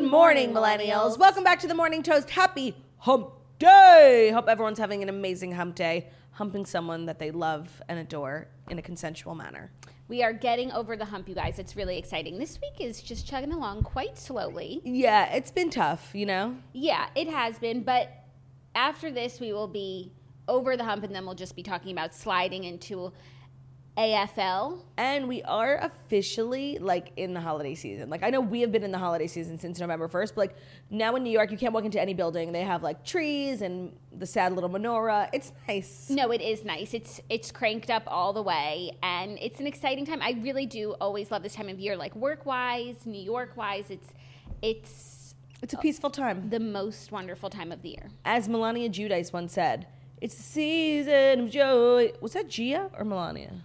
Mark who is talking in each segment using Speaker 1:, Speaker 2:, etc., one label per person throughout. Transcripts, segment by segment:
Speaker 1: Good morning, millennials. Welcome back to the Morning Toast. Happy hump day. Hope everyone's having an amazing hump day, humping someone that they love and adore in a consensual manner.
Speaker 2: We are getting over the hump, you guys. It's really exciting. This week is just chugging along quite slowly.
Speaker 1: Yeah, it's been tough, you know?
Speaker 2: Yeah, it has been, but after this, we will be over the hump and then we'll just be talking about sliding into AFL.
Speaker 1: And we are officially like in the holiday season. Like I know we have been in the holiday season since November 1st, but like now in New York you can't walk into any building. They have like trees and the sad little menorah. It's nice.
Speaker 2: No, it is nice. It's it's cranked up all the way and it's an exciting time. I really do always love this time of year like work-wise, New York-wise. It's it's
Speaker 1: It's a peaceful time.
Speaker 2: the most wonderful time of the year.
Speaker 1: As Melania Judice once said, it's the season of joy. Was that Gia or Melania?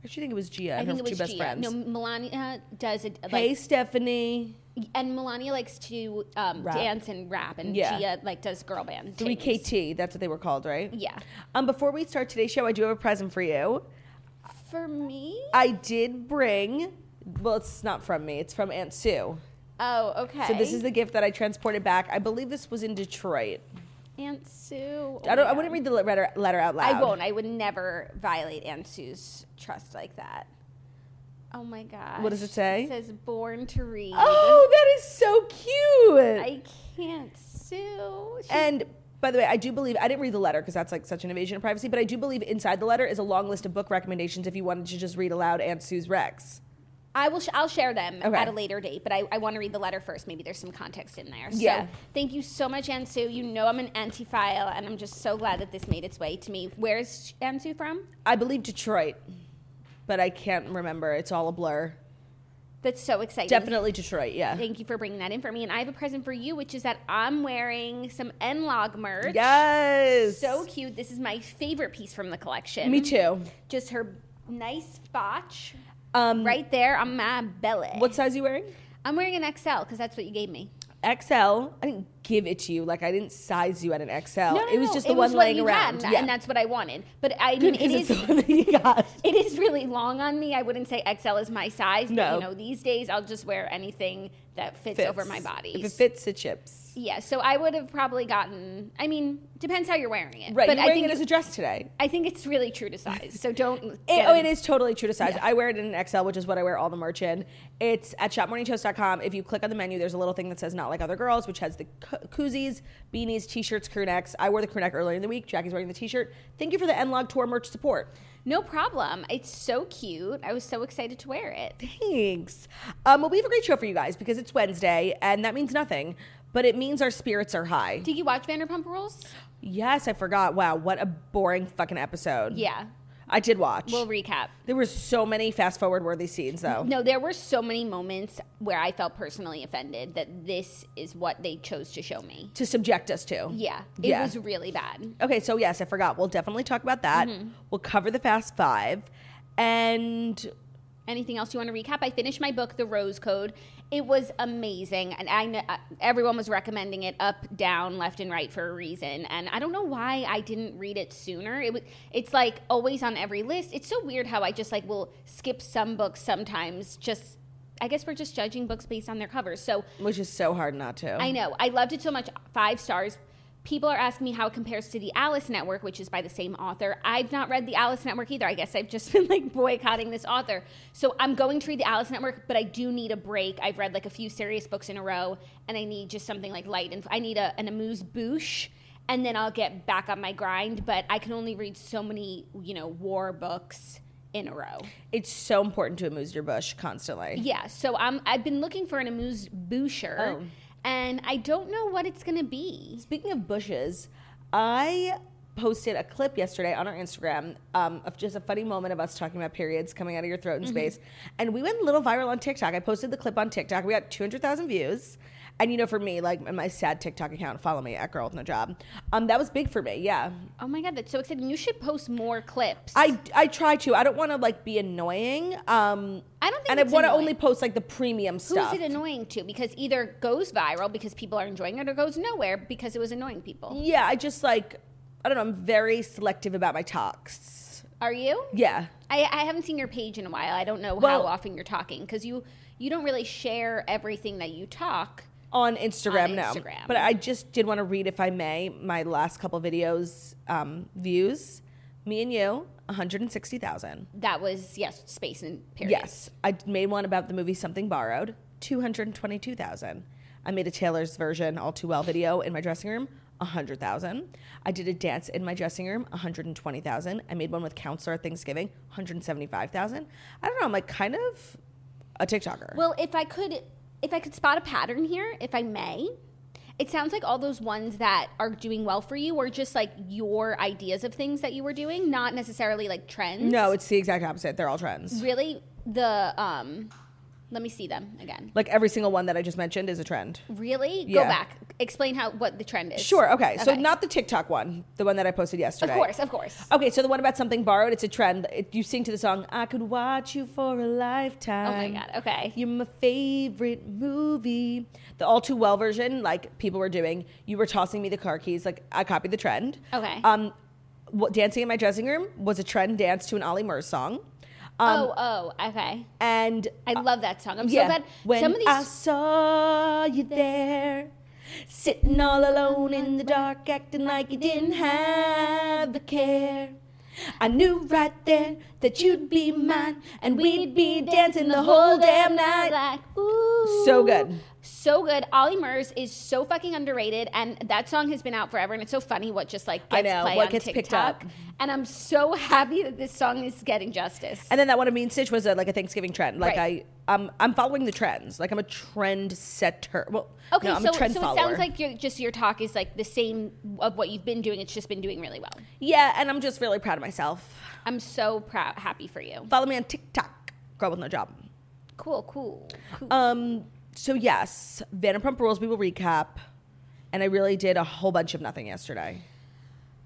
Speaker 1: I actually think it was Gia and
Speaker 2: I think
Speaker 1: her
Speaker 2: it was
Speaker 1: two best
Speaker 2: Gia.
Speaker 1: friends.
Speaker 2: No, Melania does it like
Speaker 1: hey Stephanie.
Speaker 2: and Melania likes to um,
Speaker 1: Rap.
Speaker 2: dance and rap and
Speaker 1: Yeah.
Speaker 2: Gia like does girl band.
Speaker 1: Three
Speaker 2: things.
Speaker 1: KT, that's what they were called, right?
Speaker 2: Yeah.
Speaker 1: Um, before we start today's show, I do have a present for you.
Speaker 2: For me?
Speaker 1: I did bring. Well, it's not from me. It's from Aunt Sue.
Speaker 2: Oh, okay.
Speaker 1: So this is the gift that I transported back. I believe this was in Detroit.
Speaker 2: Aunt Sue. Oh
Speaker 1: I don't.
Speaker 2: my
Speaker 1: I wouldn't
Speaker 2: God.
Speaker 1: read the letter, letter out loud.
Speaker 2: I won't. I would never violate Aunt Sue's trust like that. Oh my god.
Speaker 1: What does it say?
Speaker 2: It says born to read.
Speaker 1: Oh, that is so cute.
Speaker 2: I can't sue. She-
Speaker 1: and by the way, I do believe I didn't read the letter because that's like such an invasion of privacy. But I do believe inside the letter is a long list of book recommendations if you wanted to just read aloud Aunt Sue's Rex.
Speaker 2: I will. Sh- I'll share them
Speaker 1: Okay.
Speaker 2: at a later date, but I, I want to read the letter first. Maybe there's some context in there. So
Speaker 1: Yeah.
Speaker 2: Thank you so much, Aunt Sue. You know I'm an anti-file, and I'm just so glad that this made its way to me. Where's Aunt Sue from?
Speaker 1: I believe Detroit, but I can't remember. It's all a blur.
Speaker 2: That's so exciting.
Speaker 1: Definitely Detroit. Yeah.
Speaker 2: Thank you for bringing that in for me. And I have a present for you, which is that I'm wearing some N-Log merch.
Speaker 1: Yes.
Speaker 2: So cute. This is my favorite piece from the collection.
Speaker 1: Me too.
Speaker 2: Just her nice botch
Speaker 1: Um,
Speaker 2: right there on my belly.
Speaker 1: What size you wearing?
Speaker 2: I'm wearing an XL because that's what you gave me.
Speaker 1: XL. I didn't give it to you. Like I didn't size you at an XL.
Speaker 2: No, no,
Speaker 1: it was
Speaker 2: no.
Speaker 1: just the
Speaker 2: Oh, was
Speaker 1: one
Speaker 2: what
Speaker 1: laying
Speaker 2: you had,
Speaker 1: around.
Speaker 2: and, and that's what I wanted. But I mean, it
Speaker 1: because it's
Speaker 2: is.
Speaker 1: the one that you got.
Speaker 2: It is really long on me. I wouldn't say XL is my size, but
Speaker 1: No.
Speaker 2: you know, these days I'll just wear anything that fits, over my body.
Speaker 1: If it fits, it chips.
Speaker 2: Yeah, so I would have probably gotten. I mean, depends how you're wearing it.
Speaker 1: Right.
Speaker 2: But
Speaker 1: you're
Speaker 2: I
Speaker 1: wearing
Speaker 2: think
Speaker 1: it as a dress today.
Speaker 2: I think it's really true to size. So don't.
Speaker 1: It,
Speaker 2: get
Speaker 1: oh,
Speaker 2: in-
Speaker 1: it is totally true to size. I wear it in an XL, which is what I wear all the merch in. It's at shopmorningtoast.com. If you click on the menu, there's a little thing that says "Not Like Other Girls," which has the co- koozies, beanies, t-shirts, crew necks. I wore the crew neck earlier in the week. Jackie's wearing the t-shirt. Thank you for the N-Log Tour merch support.
Speaker 2: No problem. It's so cute. I was so excited to wear it.
Speaker 1: Thanks. Um, well, we have a great show for you guys because it's Wednesday, and that means nothing, but it means our spirits are high.
Speaker 2: Did you watch Vanderpump Rules?
Speaker 1: Yes, I forgot. Wow, what a boring fucking episode.
Speaker 2: Yeah.
Speaker 1: I did watch.
Speaker 2: We'll recap.
Speaker 1: there were so many fast forward worthy scenes, though.
Speaker 2: No, there were so many moments where I felt personally offended that this is what they chose to show me.
Speaker 1: To subject us to.
Speaker 2: Yeah, it
Speaker 1: Yeah.
Speaker 2: was really bad.
Speaker 1: Okay, so yes, I forgot. We'll definitely talk about that.
Speaker 2: Mm-hmm.
Speaker 1: We'll cover the fast five. And
Speaker 2: Anything else you want to recap? I finished my book, The Rose Code. It was amazing, and I know uh, everyone was recommending it up, down, left, and right for a reason. And I don't know why I didn't read it sooner. It was, it's like always on every list. It's so weird how I just like will skip some books sometimes. Just, I guess we're just judging books based on their covers. So
Speaker 1: which is so hard not to.
Speaker 2: I know. I loved it so much. Five stars. People are asking me how it compares to the Alice Network, which is by the same author. I've not read the Alice Network either. I guess I've just been like boycotting this author. So I'm going to read the Alice Network, but I do need a break. I've read like a few serious books in a row, and I need just something like light and I need a, an amuse bouche and then I'll get back on my grind. But I can only read so many, you know, war books in a row.
Speaker 1: It's so important to amuse your bush constantly.
Speaker 2: Yeah, so I'm I've been looking for an amuse boucher,
Speaker 1: Oh.
Speaker 2: and I don't know what it's gonna be.
Speaker 1: Speaking of bushes, I posted a clip yesterday on our Instagram um, of just a funny moment of us talking about periods coming out of your throat
Speaker 2: Mm-hmm.
Speaker 1: in space. And we went a little viral on TikTok. I posted the clip on TikTok. We got 200,000 views. And you know, for me, like in my sad TikTok account, follow me at Girl with No Job. Um, that was big for me. Yeah,
Speaker 2: Oh my god, that's so exciting! You should post more clips.
Speaker 1: I, I try to. I don't want to like be annoying. Um,
Speaker 2: I don't think
Speaker 1: and I
Speaker 2: it's
Speaker 1: want to
Speaker 2: annoying.
Speaker 1: only post like the premium
Speaker 2: Who's
Speaker 1: stuff.
Speaker 2: it annoying to? Because either goes viral because people are enjoying it, or goes nowhere because it was annoying people.
Speaker 1: yeah, I just like I don't know. I'm very selective about my talks.
Speaker 2: Are you?
Speaker 1: Yeah,
Speaker 2: I, I haven't seen your page in a while. I don't know
Speaker 1: Well-
Speaker 2: how often you're talking because you you don't really share everything that you talk.
Speaker 1: on Instagram
Speaker 2: On
Speaker 1: now.
Speaker 2: Instagram.
Speaker 1: But I just did want to read, if I may, my last couple videos um, views. Me and you, 160,000.
Speaker 2: That was yes, space and period.
Speaker 1: Yes, I made one about the movie Something Borrowed, 222,000. I made a Taylor's version all too well video in my dressing room, 100,000. I did a dance in my dressing room, 120,000. I made one with counselor at Thanksgiving, 175,000. I don't know, I'm like kind of a TikToker.
Speaker 2: Well, if I could, if I could spot a pattern here, if I may, it sounds like all those ones that are doing well for you were just like your ideas of things that you were doing, not necessarily like trends.
Speaker 1: no, it's the exact opposite. They're all trends.
Speaker 2: really the um. Let me see them again.
Speaker 1: Like every single one that I just mentioned is a trend.
Speaker 2: Really, go
Speaker 1: Yeah.
Speaker 2: back. Explain how what the trend is.
Speaker 1: Sure. Okay. So
Speaker 2: Okay.
Speaker 1: not the TikTok one, the one that I posted
Speaker 2: Of
Speaker 1: yesterday.
Speaker 2: course, of course.
Speaker 1: Okay. So the one about something borrowed. It's a trend. It, you sing to the song. I could watch you for a
Speaker 2: Oh
Speaker 1: lifetime.
Speaker 2: my god. Okay.
Speaker 1: You're my favorite movie. The all too well version, like people were doing. You were tossing me the car keys. Like I copied the trend.
Speaker 2: Okay.
Speaker 1: Um, wh- dancing in my dressing room was a trend dance to an Ollie Murs song,
Speaker 2: oh, oh, okay.
Speaker 1: and
Speaker 2: I love that song. I'm
Speaker 1: um, uh, yeah,
Speaker 2: so glad
Speaker 1: when
Speaker 2: some of these
Speaker 1: I saw you there, sitting all alone in the dark, acting like you didn't have a care. I knew right then that you'd be mine, and we'd be dancing the whole damn night.
Speaker 2: Like, ooh.
Speaker 1: So good.
Speaker 2: So good. Ollie Murs is so fucking underrated, and that song has been out forever. And it's so funny what just like
Speaker 1: I
Speaker 2: gets
Speaker 1: know,
Speaker 2: play
Speaker 1: what
Speaker 2: on
Speaker 1: gets picked
Speaker 2: TikTok.
Speaker 1: up.
Speaker 2: And I'm so happy that this song is getting justice.
Speaker 1: And then that one of me and Stitch was a, like a Thanksgiving trend. Like
Speaker 2: Right.
Speaker 1: I, um, I'm following the trends. Like I'm a trend setter. Well,
Speaker 2: okay,
Speaker 1: no, I'm
Speaker 2: so,
Speaker 1: a trend
Speaker 2: so
Speaker 1: follower.
Speaker 2: it sounds like your just your talk is like the same of what you've been doing. It's just been doing really well.
Speaker 1: yeah, and I'm just really proud of myself.
Speaker 2: I'm so proud, happy for you.
Speaker 1: Follow me on TikTok, girl with no job.
Speaker 2: Cool, cool. cool.
Speaker 1: Um. So yes, Vanderpump Rules. We will recap, and I really did a whole bunch of nothing yesterday.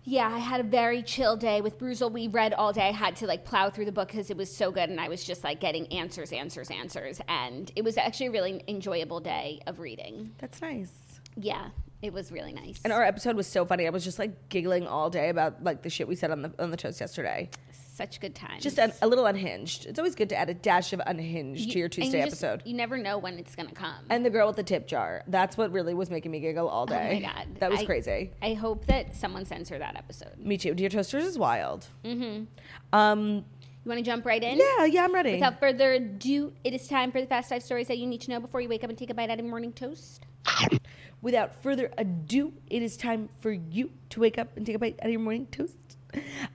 Speaker 2: Yeah, I had a very chill day with Bruzel. We read all day. I had to like plow through the book because it was so good, and I was just like getting answers, answers, answers, and it was actually a really enjoyable day of reading.
Speaker 1: That's nice.
Speaker 2: Yeah, it was really nice.
Speaker 1: And our episode was so funny. I was just like giggling all day about like the shit we said on the on the toast yesterday.
Speaker 2: Such good times.
Speaker 1: Just a, a little unhinged. It's always good to add a dash of unhinged to your
Speaker 2: and
Speaker 1: Tuesday
Speaker 2: you just-
Speaker 1: episode.
Speaker 2: You never know when it's gonna come.
Speaker 1: And the girl with the tip jar. That's what really was making me giggle all
Speaker 2: oh my
Speaker 1: day.
Speaker 2: god,
Speaker 1: That was
Speaker 2: I-
Speaker 1: crazy.
Speaker 2: I hope that someone sends her that episode. You
Speaker 1: Me too. Dear Toasters is wild. Mm-hmm. Um,
Speaker 2: want to jump right in?
Speaker 1: yeah, yeah, I'm ready.
Speaker 2: Without further ado, it is time for the fast five stories that you need to know before you wake up and take a bite out of your morning toast.
Speaker 1: Without further ado, it is time for you to wake up and take a bite out of your morning toast.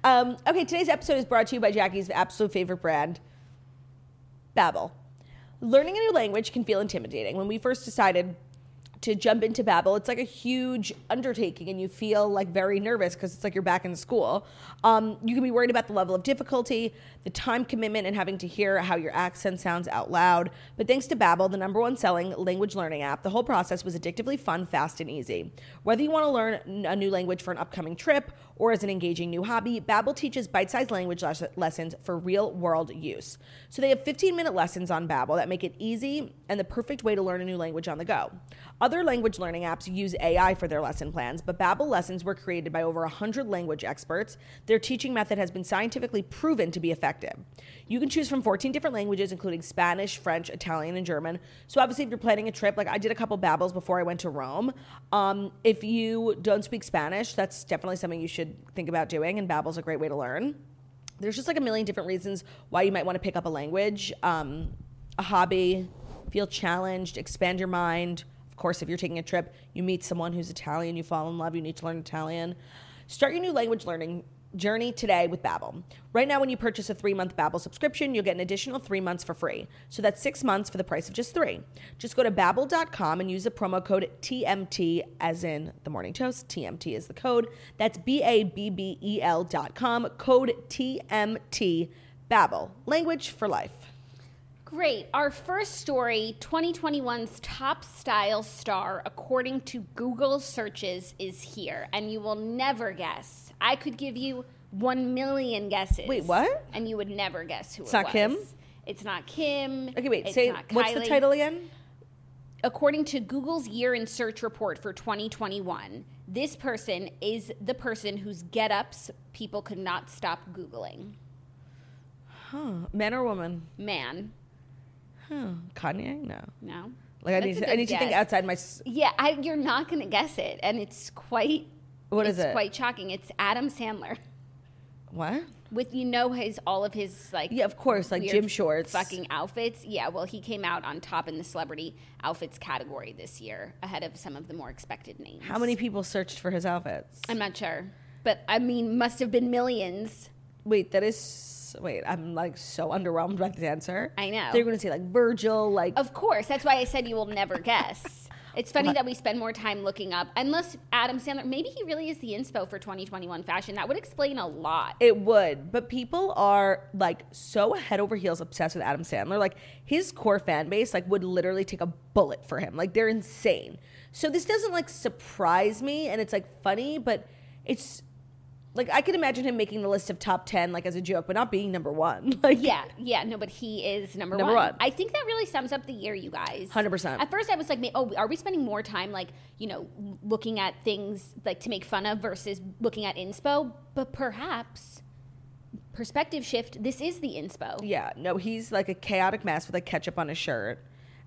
Speaker 1: Um, okay, today's episode is brought to you by Jackie's absolute favorite brand, Babbel. Learning a new language can feel intimidating. When we first decided to jump into Babbel, it's like a huge undertaking, and you feel like very nervous because it's like you're back in school. Um, you can be worried about the level of difficulty, the time commitment, and having to hear how your accent sounds out loud. But thanks to Babbel, the number one selling language learning app, the whole process was addictively fun, fast, and easy. Whether you want to learn n- a new language for an upcoming trip or as an engaging new hobby, Babbel teaches bite-sized language les- lessons for real-world use. So they have 15-minute lessons on Babbel that make it easy and the perfect way to learn a new language on the go. Other language learning apps use AI for their lesson plans, but Babbel lessons were created by over 100 language experts. Their teaching method has been scientifically proven to be effective. You can choose from 14 different languages, including Spanish, French, Italian, and German. So obviously, if you're planning a trip, like I did a couple babbles before I went to Rome. Um, if you don't speak Spanish, that's definitely something you should think about doing, and babble's a great way to learn. There's just like a million different reasons why you might want to pick up a language, um, a hobby, feel challenged, expand your mind. Of course, if you're taking a trip, you meet someone who's Italian, you fall in love, you need to learn Italian. Start your new language learning journey today with Babbel. Right now, when you purchase a three-month Babbel subscription, you'll get an additional three months for free. So that's six months for the price of just three. Just go to babbel.com and use the promo code TMT, as in the morning toast. TMT is the code. That's B-A-B-B-E-L E dot com. Code TMT. Babbel. Language for life.
Speaker 2: Great. Our first story 2021's top style star, according to Google searches, is here. And you will never guess. I could give you 1 million guesses.
Speaker 1: Wait, what?
Speaker 2: And you would never guess who
Speaker 1: It's
Speaker 2: it
Speaker 1: not
Speaker 2: was.
Speaker 1: Kim?
Speaker 2: It's not Kim.
Speaker 1: Okay, wait.
Speaker 2: It's
Speaker 1: say,
Speaker 2: not
Speaker 1: what's the
Speaker 2: Kylie.
Speaker 1: title again?
Speaker 2: According to Google's year in search report for 2021, this person is the person whose get ups people could not stop Googling.
Speaker 1: Man or woman?
Speaker 2: Man.
Speaker 1: Kanye? No.
Speaker 2: No.
Speaker 1: Like I
Speaker 2: That's
Speaker 1: need,
Speaker 2: a
Speaker 1: to, I
Speaker 2: good
Speaker 1: need to think
Speaker 2: guess.
Speaker 1: outside my. s-
Speaker 2: Yeah, I, you're not going to guess it, and it's quite.
Speaker 1: What
Speaker 2: it's
Speaker 1: is it?
Speaker 2: Quite shocking. It's Adam Sandler.
Speaker 1: What?
Speaker 2: With you know his all of his like
Speaker 1: Yeah, of course, like
Speaker 2: weird
Speaker 1: gym shorts.
Speaker 2: fucking outfits. Yeah, well, he came out on top in the celebrity outfits category this year, ahead of some of the more expected names.
Speaker 1: How many people searched for his outfits?
Speaker 2: I'm not sure, but I mean, must have been millions.
Speaker 1: Wait, that is. Wait, I'm like so underwhelmed by this answer.
Speaker 2: I know.
Speaker 1: They're gonna say like Virgil, like
Speaker 2: Of course, that's why I said you will never guess. It's funny that we spend more time looking up, unless Adam Sandler. Maybe he really is the inspo for 2021 fashion. That would explain a lot.
Speaker 1: it would, but people are like so head over heels obsessed with Adam Sandler. Like his core fan base, like would literally take a bullet for him. Like they're insane. So this doesn't like surprise me, and it's like funny, but it's. Like I can imagine him making the list of top ten, like as a joke, but not being number one. Like
Speaker 2: Yeah, yeah, no, but he is number,
Speaker 1: Number
Speaker 2: one.
Speaker 1: one.
Speaker 2: I think that really sums up the year, you guys.
Speaker 1: 100%.
Speaker 2: At first, I was like, ma- oh, are we spending more time, like, you know, looking at things like to make fun of versus looking at inspo? But perhaps perspective shift. This is the inspo.
Speaker 1: Yeah, no, he's like a chaotic mess with like ketchup on his shirt.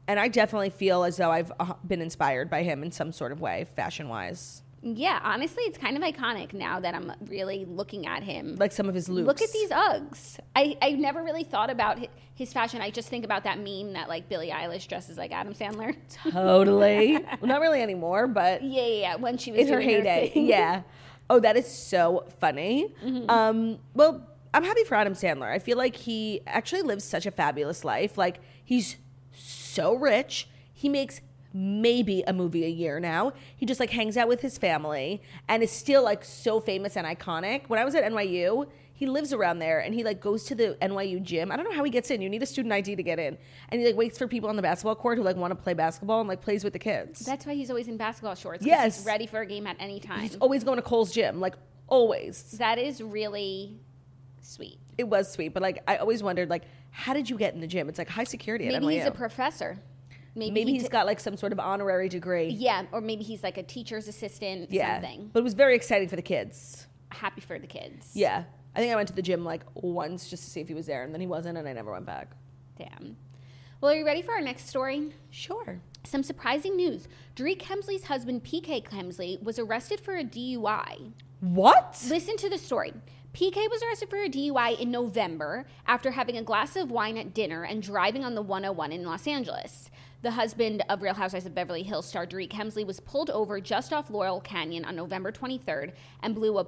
Speaker 1: And I definitely feel as though I've uh, been inspired by him in some sort of way, fashion wise.
Speaker 2: Yeah, honestly, it's kind of iconic now that I'm really looking at him.
Speaker 1: Like some of his looks.
Speaker 2: Look at these Uggs. I, I never really thought about hi- his fashion. I just think about that meme that like Billie Eilish dresses like Adam Sandler.
Speaker 1: Totally. well, not really anymore, but
Speaker 2: yeah, yeah, yeah. When she was
Speaker 1: in her
Speaker 2: doing
Speaker 1: heyday.
Speaker 2: thing.
Speaker 1: yeah. Oh, that is so funny. Um, well, I'm happy for Adam Sandler. I feel like he actually lives such a fabulous life. Like he's so rich. He makes maybe a movie a year now. He just like hangs out with his family and is still like so famous and iconic. When I was at NYU, he lives around there and he like goes to the NYU gym. I don't know how he gets in. You need a student ID to get in. And he like waits for people on the basketball court who like want to play basketball and like plays with the kids.
Speaker 2: That's why he's always in basketball shorts. 'cause
Speaker 1: Yes.
Speaker 2: he's ready for a game at any time.
Speaker 1: He's always going to Cole's gym, like always.
Speaker 2: That is really sweet.
Speaker 1: It was sweet, but like I always wondered, like how did you get in the gym? It's like high security at
Speaker 2: Maybe he's a
Speaker 1: NYU.
Speaker 2: professor. Maybe,
Speaker 1: maybe
Speaker 2: he
Speaker 1: he's
Speaker 2: t-
Speaker 1: got like some sort of honorary degree.
Speaker 2: yeah, or maybe he's like a teacher's assistant.
Speaker 1: yeah,
Speaker 2: something.
Speaker 1: but it was very exciting for the kids.
Speaker 2: Happy for the kids.
Speaker 1: Yeah, I think I went to the gym like once just to see if he was there, and then he wasn't, and I never went back.
Speaker 2: Damn. Well, are you ready for our next story?
Speaker 1: Sure.
Speaker 2: Some surprising news. Drake Hemsley's husband, PK Hemsley, was arrested for a DUI.
Speaker 1: What?
Speaker 2: Listen to the story. PK was arrested for a DUI in November after having a glass of wine at dinner and driving on the 101 in Los Angeles. The husband of Real Housewives of Beverly Hills star Derek Hemsley was pulled over just off Laurel Canyon on November 23rd and blew a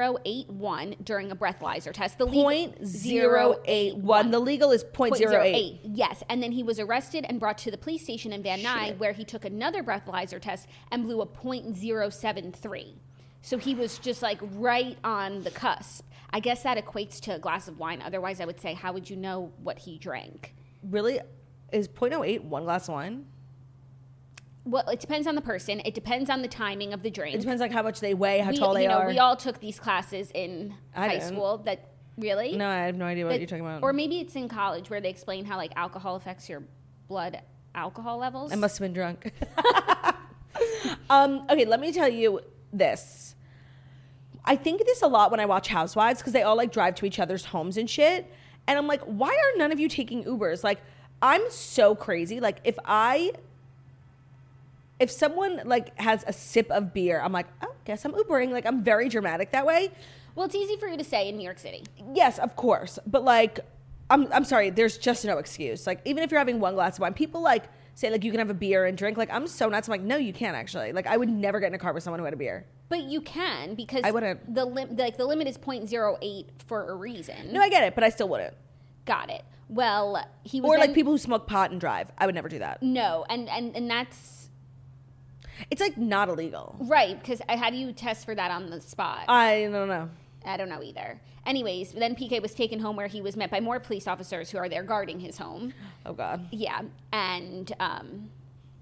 Speaker 2: .081 during a breathalyzer test. The legal-
Speaker 1: Point zero eight one. The legal is point zero eight.
Speaker 2: 0.08, Yes, and then he was arrested and brought to the police station in Van Nuys, where he took another breathalyzer test and blew a .073. So he was just like right on the cusp. I guess that equates to a glass of wine. Otherwise, I would say, how would you know what he drank?
Speaker 1: Really, is point oh eight one glass of wine?
Speaker 2: Well, it depends on the person. It depends on the timing of the drink.
Speaker 1: It depends like how much they weigh, how
Speaker 2: we,
Speaker 1: tall they
Speaker 2: you know,
Speaker 1: are.
Speaker 2: we all took these classes in
Speaker 1: I
Speaker 2: high
Speaker 1: didn't.
Speaker 2: school. That really?
Speaker 1: no, I have no idea what
Speaker 2: That-
Speaker 1: you're talking about.
Speaker 2: Or maybe it's in college where they explain how like alcohol affects your blood alcohol levels.
Speaker 1: I must have been drunk. um, okay, let me tell you this. I think of this a lot when I watch Housewives because they all like drive to each other's homes and shit. And I'm like, why are none of you taking Ubers? Like, I'm so crazy. Like, if I if someone like has a sip of beer, I'm like, oh, guess I'm Ubering. Like, I'm very dramatic that way.
Speaker 2: Well, it's easy for you to say in New York City.
Speaker 1: Yes, of course. But like, I'm I'm sorry. There's just no excuse. Like, even if you're having one glass of wine, people like say like you can have a beer and drink. Like, I'm so nuts. I'm like, no, you can't actually. Like, I would never get in a car with someone who had a beer.
Speaker 2: But you can because
Speaker 1: I wouldn't.
Speaker 2: the lim- like the limit is 0.08 for a reason.
Speaker 1: No, I get it, but I still wouldn't.
Speaker 2: got it. Well, he was
Speaker 1: Or like
Speaker 2: then-
Speaker 1: people who smoke pot and drive. I would never do that.
Speaker 2: No, and and and that's
Speaker 1: It's like not illegal.
Speaker 2: right because I how do you test for that on the spot?
Speaker 1: I don't know.
Speaker 2: I don't know either. Anyways, then PK was taken home where he was met by more police officers who are there guarding his home.
Speaker 1: Oh God.
Speaker 2: Yeah, and um,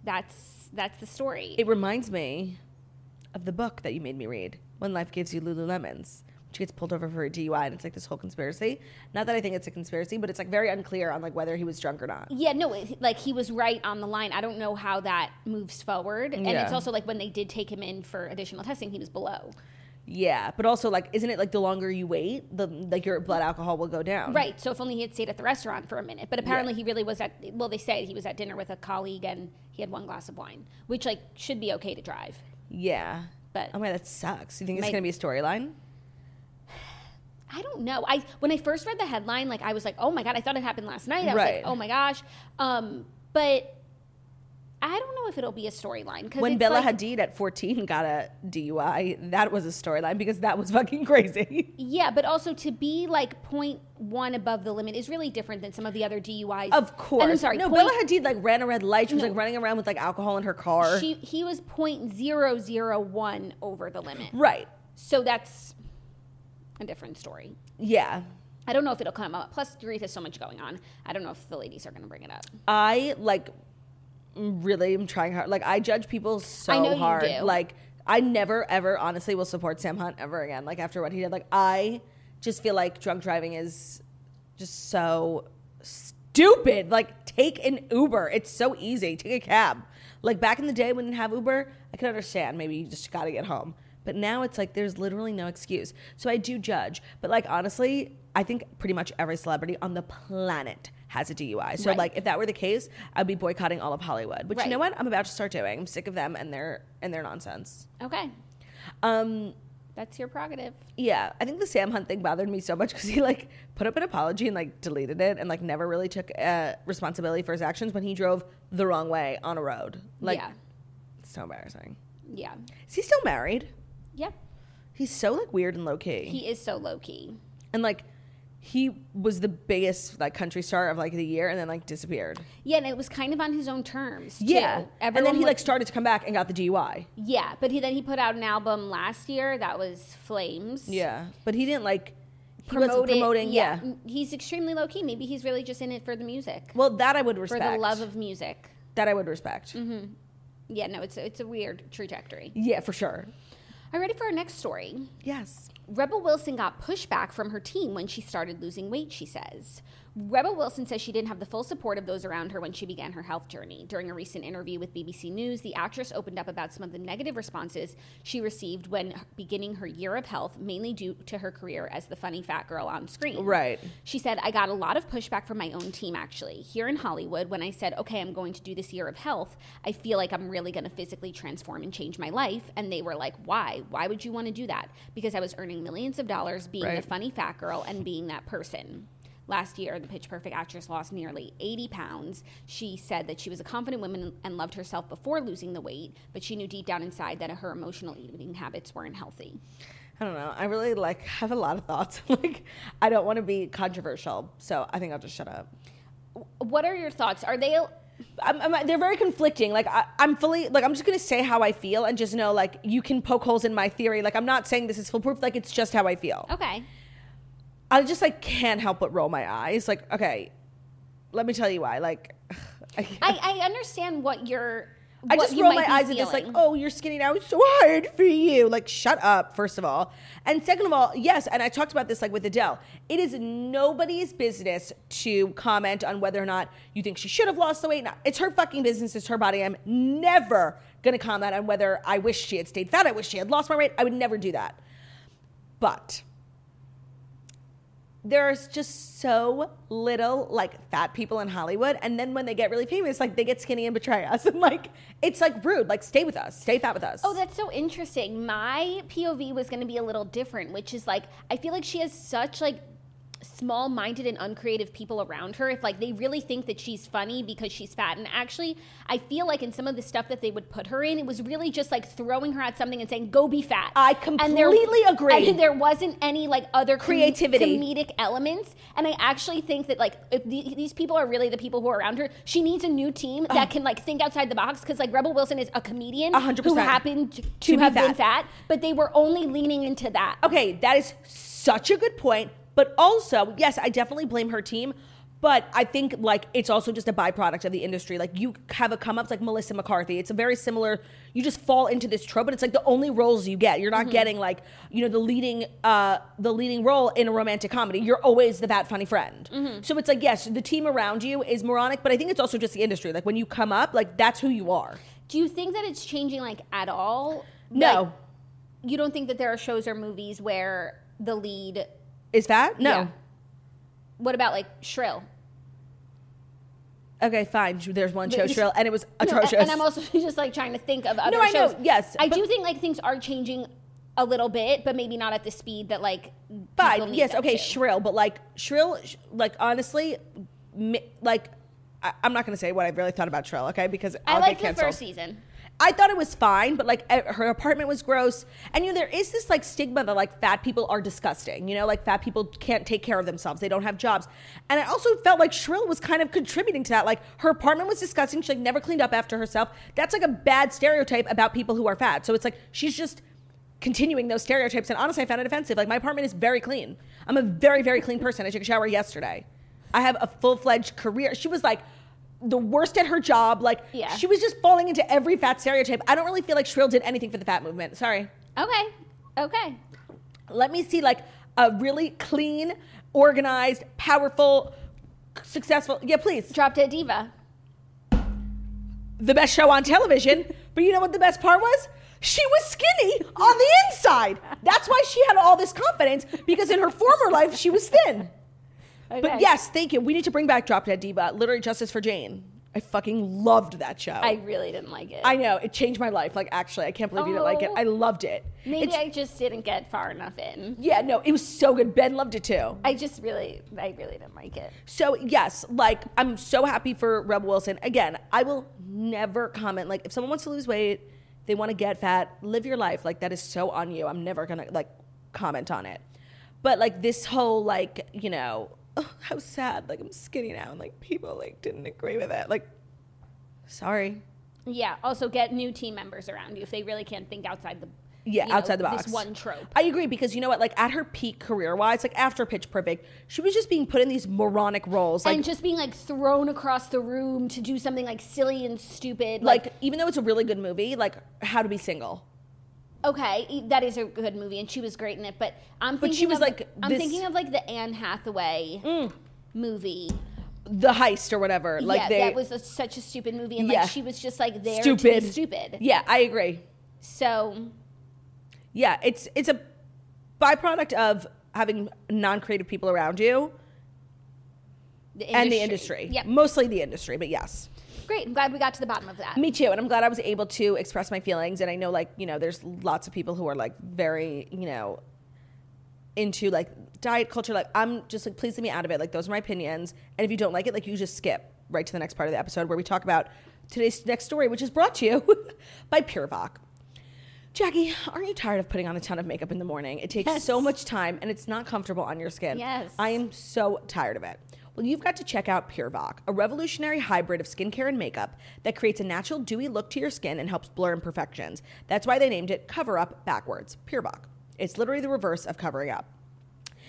Speaker 2: that's that's the story.
Speaker 1: It reminds me of the book that you made me read, When Life Gives You Lululemons. She gets pulled over for a DUI, and it's like this whole conspiracy. Not that I think it's a conspiracy, but it's like very unclear on like whether he was drunk or not.
Speaker 2: yeah, no, it, like he was right on the line. I don't know how that moves forward, and
Speaker 1: Yeah.
Speaker 2: it's also like when they did take him in for additional testing, he was below.
Speaker 1: Yeah, but also like, isn't it like the longer you wait, the like your blood alcohol will go down?
Speaker 2: Right. So if only he had stayed at the restaurant for a minute, but apparently he really was at. Well, they said he was at dinner with a colleague and he had one glass of wine, which like should be okay to drive.
Speaker 1: Yeah.
Speaker 2: But-
Speaker 1: oh my, that sucks. You think it's
Speaker 2: Might-
Speaker 1: gonna be a storyline?
Speaker 2: I don't know. I when I first read the headline, like I was like, oh my god, I thought it happened last night. I
Speaker 1: Right.
Speaker 2: was like, oh my gosh. Um, but I don't know if it'll be a storyline because
Speaker 1: When Bella
Speaker 2: like,
Speaker 1: Hadid at 14 got a DUI, that was a storyline because that was fucking crazy.
Speaker 2: yeah, but also to be like point one above the limit is really different than some of the other DUIs.
Speaker 1: Of course.
Speaker 2: And I'm sorry.
Speaker 1: No,
Speaker 2: point-
Speaker 1: Bella Hadid like ran a red light. She was like running around with like alcohol in her car.
Speaker 2: She he was point zero zero one over the limit.
Speaker 1: right.
Speaker 2: So that's a different story.
Speaker 1: Yeah.
Speaker 2: I don't know if it'll come up. Plus, Dorit has so much going on. I don't know if the ladies are going to bring it up.
Speaker 1: I like really am trying hard. Like I judge people so
Speaker 2: I know you
Speaker 1: hard.
Speaker 2: do.
Speaker 1: Like I never ever honestly will support Sam Hunt ever again. Like after what he did, like I just feel like drunk driving is just so stupid. Like take an Uber. It's so easy. Take a cab. Like back in the day when you have Uber, I could understand. Maybe you just got to get home. But now it's like there's literally no excuse. So I do judge. But like honestly, I think pretty much every celebrity on the planet has a DUI. So
Speaker 2: Right.
Speaker 1: like if that were the case, I'd be boycotting all of Hollywood. Which you know
Speaker 2: Right.
Speaker 1: what? I'm about to start doing. I'm sick of them and their and their nonsense.
Speaker 2: Okay,
Speaker 1: Um
Speaker 2: that's your prerogative.
Speaker 1: yeah, I think the Sam Hunt thing bothered me so much because he like put up an apology and like deleted it and like never really took uh, responsibility for his actions when he drove the wrong way on a road. Like,
Speaker 2: yeah,
Speaker 1: it's so embarrassing.
Speaker 2: yeah,
Speaker 1: Is he still married?
Speaker 2: yeah.
Speaker 1: He's so like weird and low key,
Speaker 2: He is so low key.
Speaker 1: and like he was the biggest like country star of like the year, and then like disappeared.
Speaker 2: Yeah, and it was kind of on his own terms.
Speaker 1: Yeah,
Speaker 2: too.
Speaker 1: and then he
Speaker 2: was-
Speaker 1: like started to come back and got the DUI.
Speaker 2: Yeah, but he then he put out an album last year that was Flames.
Speaker 1: Yeah, but he didn't like he wasn't
Speaker 2: Promoted-
Speaker 1: promoting. Yeah.
Speaker 2: he's extremely low key. Maybe he's really just in it for the music,
Speaker 1: well, that I would
Speaker 2: for
Speaker 1: respect.
Speaker 2: the love of Mm-hmm. music.
Speaker 1: that, I would respect.
Speaker 2: Yeah, no, it's a, it's a weird trajectory.
Speaker 1: Yeah, for sure.
Speaker 2: Are you ready for our next story?
Speaker 1: Yes.
Speaker 2: Rebel Wilson got pushback from her team when she started losing weight, she says. Rebel Wilson says she didn't have the full support of those around her when she began her health journey. During a recent interview with BBC News, the actress opened up about some of the negative responses she received when beginning her year of health, mainly due to her career as the funny fat girl on screen.
Speaker 1: Right.
Speaker 2: She said, I got a lot of pushback from my own team, actually. Here in Hollywood, when I said, okay, I'm going to do this year of health, I feel like I'm really going to physically transform and change my life. And they were like, why? Why would you want to do that? Because I was earning millions of dollars being
Speaker 1: Right.
Speaker 2: the funny fat girl and being that person. Last year, the Pitch Perfect actress lost nearly 80 pounds. She said that she was a confident woman and loved herself before losing the weight, but she knew deep down inside that her emotional eating habits weren't healthy.
Speaker 1: I don't know. I really like have a lot of thoughts. like I don't want to be controversial, so I think I'll just shut up.
Speaker 2: What are your thoughts? Are they
Speaker 1: I'm, I'm- they're very conflicting. Like I, I'm fully like I'm just gonna say how I feel and just know like you can poke holes in my theory. Like I'm not saying this is foolproof. Like it's just how I feel.
Speaker 2: okay?
Speaker 1: I just like can't help but roll my eyes. Like okay, let me tell you why. Like I,
Speaker 2: I, I understand what you're.
Speaker 1: I
Speaker 2: what
Speaker 1: just
Speaker 2: you
Speaker 1: roll my
Speaker 2: might be
Speaker 1: eyes at this, like,
Speaker 2: feeling.
Speaker 1: oh, you're skinny now. It's so hard for you. Like, shut up, first of all. And second of all, yes, and I talked about this, like, with Adele. It is nobody's business to comment on whether or not you think she should have lost the weight. Not- It's her fucking business. It's her body. I'm never going to comment on whether I wish she had stayed fat. I wish she had lost my weight. I would never do that. But there's just so little like fat people in Hollywood, and then when they get really famous, like they get skinny and betray us, and like it's like rude. Like stay with us, stay fat with us.
Speaker 2: Oh, that's so interesting. My POV was going to be a little different, which is like I feel like she has such like small-minded and uncreative people around her if like they really think that she's funny because she's fat and actually I feel like in some of the stuff that they would put her in it was really just like throwing her at something and saying go be fat.
Speaker 1: I
Speaker 2: And there-
Speaker 1: completely agree.
Speaker 2: And there wasn't any like other com-
Speaker 1: Creativity.
Speaker 2: comedic elements and I actually think that like if the- these people are really the people who are around her she needs a new team that can like think outside the box cuz like Rebel Wilson is a comedian
Speaker 1: A hundred
Speaker 2: who
Speaker 1: percent.
Speaker 2: happened to,
Speaker 1: To be
Speaker 2: have been
Speaker 1: fat.
Speaker 2: fat, but they were only leaning into that. Oh,
Speaker 1: okay, that is such a good point. But also, yes, I definitely blame her team. But I think like it's also just a byproduct of the industry. Like you have a come up it's like Melissa McCarthy. It's a very similar. You just fall into this trope, but it's like the only roles you get. You're
Speaker 2: Mm-hmm.
Speaker 1: not getting like you know the leading uh, the leading role in a romantic comedy. You're always the fat funny friend.
Speaker 2: Mm-hmm.
Speaker 1: So it's like yes, the team around you is moronic, but I think it's also just the industry. Like when you come up, like that's who you are.
Speaker 2: Do you think that it's changing like at all?
Speaker 1: No,
Speaker 2: Like, you don't think that there are shows or movies where the lead
Speaker 1: is fat? No.
Speaker 2: Yeah. What about like Shrill?
Speaker 1: Okay, fine. There's one show,
Speaker 2: But-
Speaker 1: Shrill, and it was
Speaker 2: No,
Speaker 1: atrocious.
Speaker 2: and, and I'm also just like trying to think of other
Speaker 1: No, I know,
Speaker 2: shows.
Speaker 1: yes,
Speaker 2: I
Speaker 1: but-
Speaker 2: do think like things are changing a little bit, but maybe not at the speed that like people
Speaker 1: Fine.
Speaker 2: need
Speaker 1: Yes.
Speaker 2: them
Speaker 1: Okay.
Speaker 2: to.
Speaker 1: Shrill, but like shrill, sh- like honestly, mi- like I- I'm not gonna say what I really thought about shrill, okay? Because
Speaker 2: I
Speaker 1: I'll
Speaker 2: liked
Speaker 1: get
Speaker 2: the
Speaker 1: canceled.
Speaker 2: first season.
Speaker 1: I thought it was fine, but like e- her apartment was gross, and you know there is this like stigma that like fat people are disgusting. You know, like fat people can't take care of themselves; they don't have jobs. And I also felt like Shrill was kind of contributing to that. Like her apartment was disgusting; she like never cleaned up after herself. That's like a bad stereotype about people who are fat. So it's like she's just continuing those stereotypes. And honestly, I found it offensive. Like my apartment is very clean. I'm a very very clean person. I took a shower yesterday. I have a full fledged career. She was like. The worst at her job, like
Speaker 2: Yeah.
Speaker 1: she was just falling into every fat stereotype. I don't really feel like Shrill did anything for the fat movement. Sorry.
Speaker 2: Okay. Okay.
Speaker 1: Let me see like a really clean, organized, powerful, successful. Yeah, please.
Speaker 2: Drop Dead Diva.
Speaker 1: The best show on television. But you know what the best part was? She was skinny on the inside. That's why she had all this confidence because in her former life she was thin.
Speaker 2: Okay.
Speaker 1: But yes, thank you. We need to bring back Drop Dead Diva. Literally justice for Jane. I fucking loved that show.
Speaker 2: I really didn't like it.
Speaker 1: I know it changed my life. Like actually, I can't believe you didn't like it.
Speaker 2: Oh.
Speaker 1: I loved it.
Speaker 2: Maybe
Speaker 1: It's-
Speaker 2: I just didn't get far enough in.
Speaker 1: yeah, no, it was so good. Ben loved it too.
Speaker 2: I just really, I really didn't like it.
Speaker 1: So yes, like I'm so happy for Rebel Wilson. Again, I will never comment. Like if someone wants to lose weight, they want to get fat, live your life. Like that is so on you. I'm never gonna like comment on it. But like this whole like you know oh, how sad like I'm skinny now and like people like didn't agree with it. Like sorry.
Speaker 2: Yeah. Also, get new team members around you if they really can't think outside the
Speaker 1: Yeah,
Speaker 2: you know,
Speaker 1: outside the box.
Speaker 2: This one trope.
Speaker 1: I agree because you know what? Like at her peak career wise, like after Pitch Perfect, she was just being put in these moronic roles. Like,
Speaker 2: and just being like thrown across the room to do something like silly and stupid.
Speaker 1: like, even though it's a really good movie, like How to Be Single.
Speaker 2: okay, e- that is a good movie, and she was great in it. But I'm thinking
Speaker 1: But she was
Speaker 2: of,
Speaker 1: like
Speaker 2: I'm
Speaker 1: this-
Speaker 2: thinking of like the Anne Hathaway movie.
Speaker 1: The heist or whatever. Like
Speaker 2: yeah,
Speaker 1: they
Speaker 2: that was a, such a stupid movie, and like
Speaker 1: Yeah.
Speaker 2: she was just like there to
Speaker 1: stupid.
Speaker 2: be stupid.
Speaker 1: Yeah, I agree.
Speaker 2: So
Speaker 1: Yeah, it's it's a byproduct of having non creative people around you
Speaker 2: the industry.
Speaker 1: and the industry.
Speaker 2: Yep.
Speaker 1: Mostly the industry, but yes.
Speaker 2: Great. I'm glad we got to the bottom of that.
Speaker 1: Me too. And I'm glad I was able to express my feelings. And I know, like, you know, there's lots of people who are like very, you know, into like diet culture. Like, I'm just like, please leave me out of it. Like, those are my opinions. And if you don't like it, like, you just skip right to the next part of the episode where we talk about today's next story, which is brought to you by PureVoc. Jackie, aren't you tired of putting on a ton of makeup in the morning? It takes
Speaker 2: Yes.
Speaker 1: so much time and it's not comfortable on your skin.
Speaker 2: Yes.
Speaker 1: I am so tired of it. Well, you've got to check out PureVoc, a revolutionary hybrid of skincare and makeup that creates a natural, dewy look to your skin and helps blur imperfections. That's why they named it Cover Up Backwards, PureVoc. It's literally the reverse of covering up.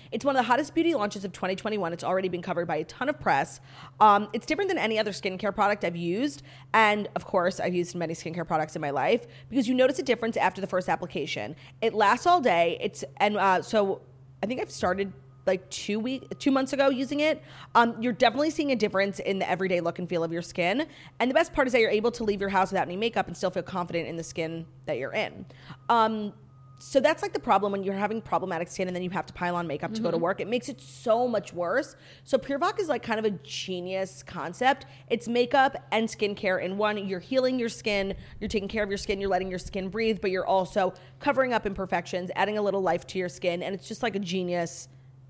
Speaker 1: It's one of the hottest beauty launches of 2021. It's already been covered by a ton of press. Um, it's different than any other skincare product I've used. And of course, I've used many skincare products in my life because you notice a difference after the first application. It lasts all day. It's, and uh, so I think I've started like two week two months ago using it um, you're definitely seeing a difference in the everyday look and feel of your skin and the best part is that you're able to leave your house without any makeup and still feel confident in the skin that you're in um, so that's like the problem when you're having problematic skin and then you have to pile on makeup to go to work. It makes it so much worse. So PureVoc is like kind of a genius concept. It's makeup and skincare in one. You're healing your skin, you're taking care of your skin, you're letting your skin breathe, but you're also covering up imperfections, adding a little life to your skin, and it's just like a genius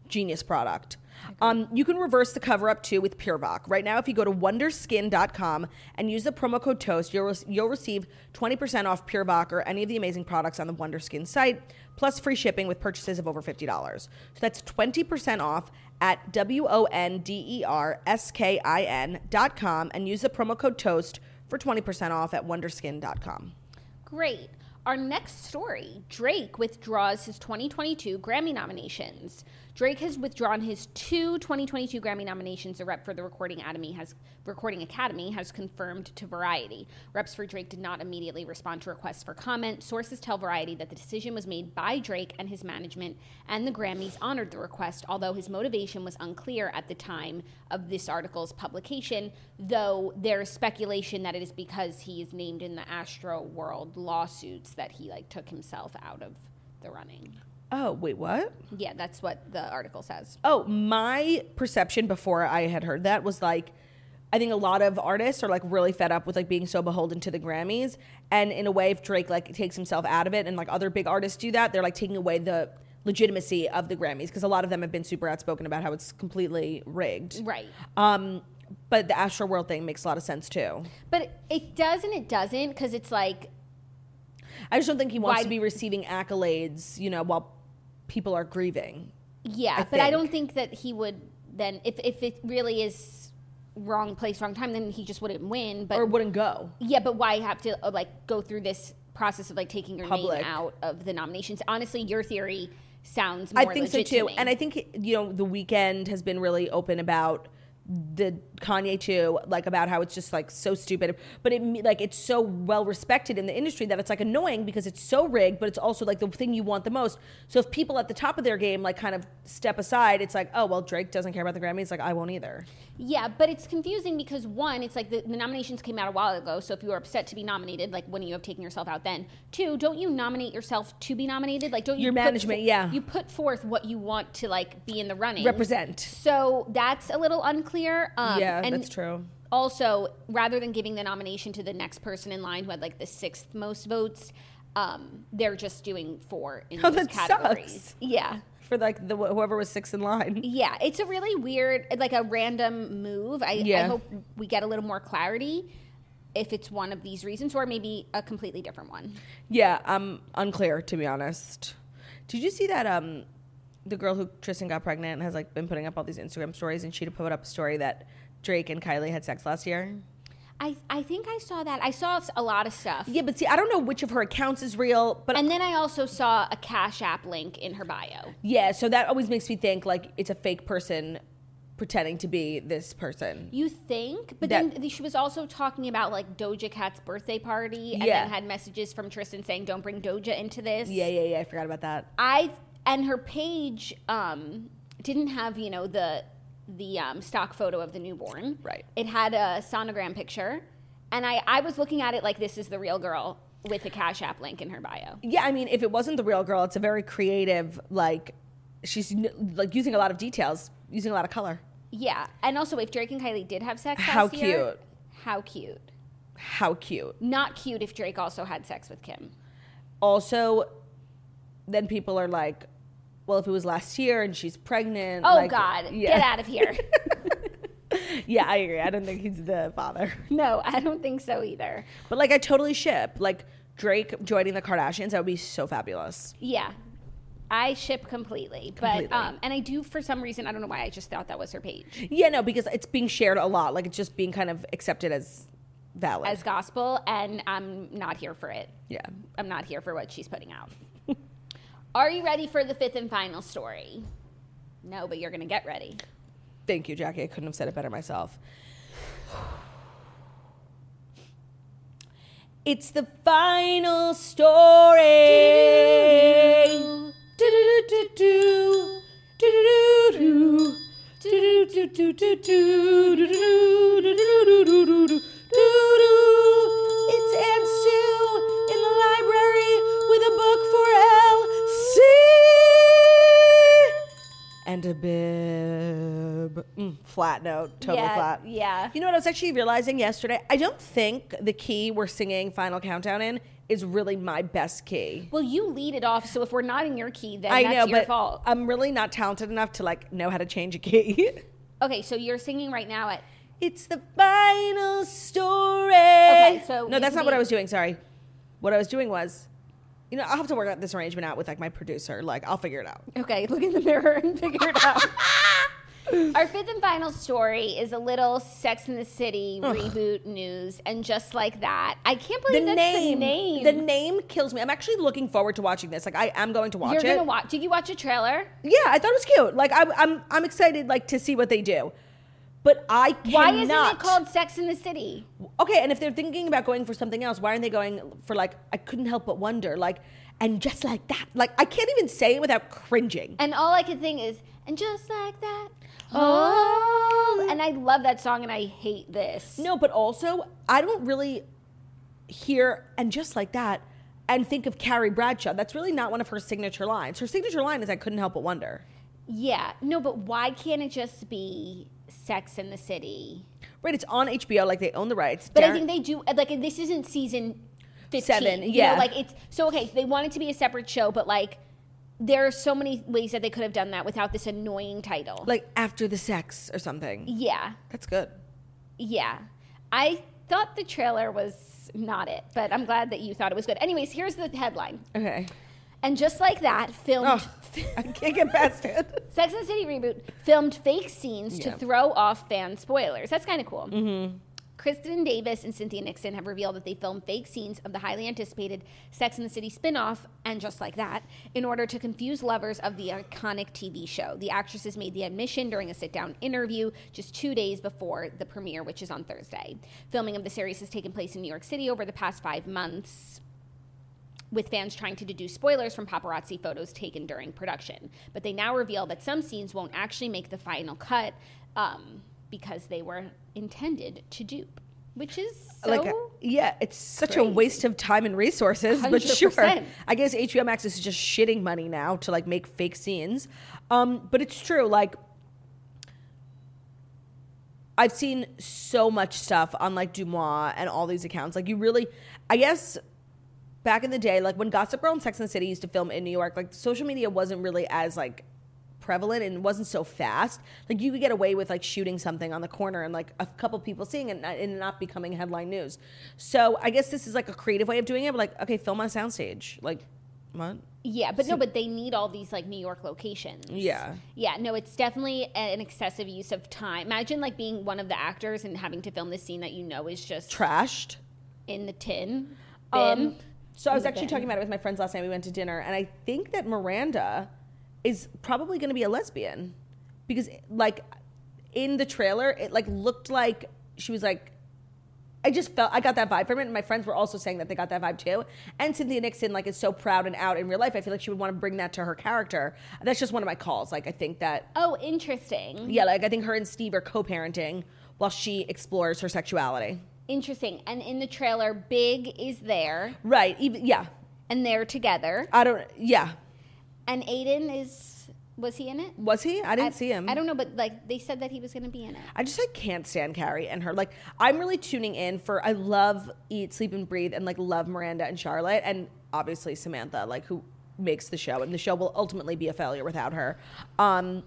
Speaker 1: genius product. Um, you can reverse the cover up too with PureVoc. Right now, if you go to wonderskin.com and use the promo code TOAST, you'll, rec- you'll receive 20% off PureVoc or any of the amazing products on the Wonderskin site, plus free shipping with purchases of over $50. So that's 20% off at W O N D E R S K I N.com and use the promo code TOAST for 20% off at wonderskin.com.
Speaker 2: Great. Our next story Drake withdraws his 2022 Grammy nominations. Drake has withdrawn his two 2022 Grammy nominations. The rep for the Recording Academy has Recording Academy has confirmed to Variety. Reps for Drake did not immediately respond to requests for comment. Sources tell Variety that the decision was made by Drake and his management, and the Grammys honored the request, although his motivation was unclear at the time of this article's publication. Though there is speculation that it is because he is named in the Astro World lawsuits that he like took himself out of the running.
Speaker 1: Oh, wait, what?
Speaker 2: Yeah, that's what the article says.
Speaker 1: Oh, my perception before I had heard that was like, I think a lot of artists are like really fed up with like being so beholden to the Grammys, and in a way, if Drake like takes himself out of it, and like other big artists do that, they're like taking away the legitimacy of the Grammys because a lot of them have been super outspoken about how it's completely rigged.
Speaker 2: Right.
Speaker 1: Um, but the Astro World thing makes a lot of sense too.
Speaker 2: But it, it does and it doesn't because it's like,
Speaker 1: I just don't think he wants
Speaker 2: Why-
Speaker 1: to be receiving accolades, you know, while people are grieving.
Speaker 2: yeah, but I don't think that he would then, if, if it really is wrong place, wrong time, then he just wouldn't win. But
Speaker 1: Or wouldn't go.
Speaker 2: yeah, but why have to uh, like go through this process of like taking your
Speaker 1: Public.
Speaker 2: name out of the nominations? Honestly, your theory sounds
Speaker 1: I
Speaker 2: more
Speaker 1: think so
Speaker 2: legit
Speaker 1: too.
Speaker 2: to me.
Speaker 1: And I think you know the weekend has been really open about the Kanye too, like about how it's just like so stupid, but it me- like it's so well respected in the industry that it's like annoying because it's so rigged, but it's also like the thing you want the most. So if people at the top of their game like kind of step aside, it's like oh well Drake doesn't care about the Grammys, like I won't either.
Speaker 2: Yeah, but it's confusing because one, it's like the, the nominations came out a while ago, so if you were upset to be nominated, like wouldn't you have taken yourself out then? Two, don't you nominate yourself to be nominated? Like don't you
Speaker 1: Your
Speaker 2: put
Speaker 1: management,
Speaker 2: fo-
Speaker 1: yeah.
Speaker 2: You put forth what you want to like be in the running.
Speaker 1: Represent.
Speaker 2: So that's a little unclear. Um,
Speaker 1: yeah,
Speaker 2: and
Speaker 1: that's true.
Speaker 2: Also, rather than giving the nomination to the next person in line who had like the sixth most votes, um, they're just doing four in
Speaker 1: Oh,
Speaker 2: those
Speaker 1: that
Speaker 2: categories.
Speaker 1: sucks.
Speaker 2: Yeah.
Speaker 1: For like the whoever was sixth in line.
Speaker 2: Yeah, it's a really weird, like a random move. I, I
Speaker 1: Yeah.
Speaker 2: hope we get a little more clarity if it's one of these reasons or maybe a completely different one.
Speaker 1: Yeah, um, unclear to be honest. Did you see that um, the girl who Tristan got pregnant has like been putting up all these Instagram stories, and she put up a story that Drake and Kylie had sex last year.
Speaker 2: I, I think I saw that. I saw a lot of stuff.
Speaker 1: Yeah, but see, I don't know which of her accounts is real, but
Speaker 2: And then I also saw a Cash App link in her bio.
Speaker 1: yeah, so that always makes me think like it's a fake person pretending to be this person.
Speaker 2: You think? But
Speaker 1: That-
Speaker 2: then she was also talking about like Doja Cat's birthday party and
Speaker 1: Yeah.
Speaker 2: then had messages from Tristan saying, don't bring Doja into this.
Speaker 1: Yeah, yeah, yeah. I forgot about that.
Speaker 2: I and her page um, didn't have you know the the um, stock photo of the newborn.
Speaker 1: Right.
Speaker 2: It had a sonogram picture, and I I was looking at it like this is the real girl with the Cash App link in her bio.
Speaker 1: Yeah, I mean, if it wasn't the real girl, it's a very creative like she's like using a lot of details, using a lot of color.
Speaker 2: Yeah, and also if Drake and Kylie did have sex, last
Speaker 1: How
Speaker 2: year,
Speaker 1: cute.
Speaker 2: How cute.
Speaker 1: How cute.
Speaker 2: Not cute if Drake also had sex with Kim.
Speaker 1: also then people are like well if it was last year and she's pregnant
Speaker 2: Oh
Speaker 1: like-
Speaker 2: God,
Speaker 1: yeah.
Speaker 2: get out of here!
Speaker 1: yeah i agree i don't think he's the father
Speaker 2: no, I don't think so either.
Speaker 1: but like i totally ship like drake joining the kardashians that would be so fabulous
Speaker 2: Yeah. I ship completely,
Speaker 1: Completely.
Speaker 2: but um, and I do for some reason I don't know why I just thought that was her page.
Speaker 1: yeah no because it's being shared a lot like it's just being kind of accepted as valid
Speaker 2: as gospel, and I'm not here for it.
Speaker 1: yeah
Speaker 2: I'm not here for what she's putting out. Are you ready for the fifth and final story? No, but you're going to get ready.
Speaker 1: thank you jackie i couldn't have said it better myself it's the final story Do-do-do-do-do. Do-do-do-do. Do-do-do-do-do-do. Do-do. It's Aunt Sue in the library with a book for L and a bib. Mm, flat note, totally
Speaker 2: Yeah,
Speaker 1: flat.
Speaker 2: yeah.
Speaker 1: You know what I was actually realizing yesterday? I don't think the key we're singing Final Countdown in is really my best key.
Speaker 2: Well, you lead it off, so if we're not in your key, then
Speaker 1: I
Speaker 2: that's
Speaker 1: know,
Speaker 2: your
Speaker 1: but uh,
Speaker 2: fault.
Speaker 1: I'm really not talented enough to like know how to change a key.
Speaker 2: Okay, so you're singing right now at
Speaker 1: it's the final story.
Speaker 2: Okay, so you
Speaker 1: no, that's
Speaker 2: can
Speaker 1: not what
Speaker 2: be-
Speaker 1: I was doing. Sorry, what I was doing was, you know, I'll have to work out this arrangement out with like my producer. Like I'll figure it out.
Speaker 2: Okay, look in the mirror and figure it out. Our fifth and final story is a little Sex in the City reboot news, and just like that, I can't believe that's the name.
Speaker 1: the name kills me. I'm actually looking forward to watching this. Like I am going to watch
Speaker 2: You're
Speaker 1: it.
Speaker 2: gonna watch. Did you watch a trailer?
Speaker 1: Yeah, I thought it was cute. Like I, I'm, I'm excited like to see what they do. But I cannot.
Speaker 2: Why isn't it called Sex in the City?
Speaker 1: Okay, and if they're thinking about going for something else, why aren't they going for like? I couldn't help but wonder. Like, and just like that. Like I can't even say it without cringing.
Speaker 2: And all I could think is, and just like that, oh. And I love that song, and I hate this.
Speaker 1: No, but also I don't really hear and just like that and think of Carrie Bradshaw. That's really not one of her signature lines. Her signature line is I couldn't help but wonder.
Speaker 2: Yeah, no, but why can't it just be Sex in the City?
Speaker 1: Right, it's on HBO. Like they own the rights.
Speaker 2: But I
Speaker 1: Darren-
Speaker 2: think they do uh, like and this isn't season fifteen.
Speaker 1: Seven,
Speaker 2: you know,
Speaker 1: yeah.
Speaker 2: like it's so okay. They want it to be a separate show, but like there are so many ways that they could have done that without this annoying title.
Speaker 1: like after the sex or something.
Speaker 2: yeah,
Speaker 1: That's good.
Speaker 2: yeah. I thought the trailer was not it, but I'm glad that you thought it was good. Anyways, here's the headline.
Speaker 1: Okay.
Speaker 2: And just like that, filmed
Speaker 1: Oh, I can't get past it.
Speaker 2: Sex and the City reboot filmed fake scenes
Speaker 1: Yeah.
Speaker 2: to throw off fan spoilers. That's kind of cool. Kristen Davis and Cynthia Nixon have revealed that they filmed fake scenes of the highly anticipated Sex and the City spin-off and just like that in order to confuse lovers of the iconic TV show. The actresses made the admission during a sit-down interview just 2 days before the premiere, which is on Thursday. Filming of the series has taken place in New York City over the past 5 months with fans trying to deduce spoilers from paparazzi photos taken during production. But they now reveal that some scenes won't actually make the final cut um, because they were intended to dupe, which is so.
Speaker 1: like, yeah, it's such
Speaker 2: crazy.
Speaker 1: a waste of time and resources. But sure,
Speaker 2: 100%.
Speaker 1: I guess HBO Max is just shitting money now to like make fake scenes. Um, but it's true. Like, I've seen so much stuff on like Dumois and all these accounts. Like, you really, I guess. Back in the day, like when Gossip Girl and Sex and the City used to film in New York, like social media wasn't really as like prevalent and wasn't so fast. Like you could get away with like shooting something on the corner and like a couple people seeing it and not, and not becoming headline news. So I guess this is like a creative way of doing it. But like, okay, film on a soundstage. Like, what?
Speaker 2: yeah, but no, but they need all these like New York locations.
Speaker 1: Yeah.
Speaker 2: Yeah, no, it's definitely an excessive use of time. Imagine like being one of the actors and having to film this scene that you know is just
Speaker 1: Trashed.
Speaker 2: in the tin. Bin.
Speaker 1: Um, so I was actually
Speaker 2: bin.
Speaker 1: talking about it with my friends last night. We went to dinner, and I think that Miranda is probably going to be a lesbian because, like, in the trailer, it like looked like she was like. I just felt I got that vibe from it, and my friends were also saying that they got that vibe too. And Cynthia Nixon, like, is so proud and out in real life. I feel like she would want to bring that to her character. That's just one of my calls. Like, I think that
Speaker 2: oh, interesting.
Speaker 1: yeah, like I think her and Steve are co-parenting while she explores her sexuality.
Speaker 2: Interesting. And in the trailer, Big is there
Speaker 1: Right? Even yeah,
Speaker 2: and they're together.
Speaker 1: I don't. Yeah,
Speaker 2: And Aiden is was he in it?
Speaker 1: was he? I didn't see him.
Speaker 2: I don't know, but like they said that he was going to be in it.
Speaker 1: I just like can't stand Carrie and her. Like I'm really tuning in for I love Eat, Sleep and Breathe and like love Miranda and Charlotte and obviously Samantha like who makes the show and the show will ultimately be a failure without her. Um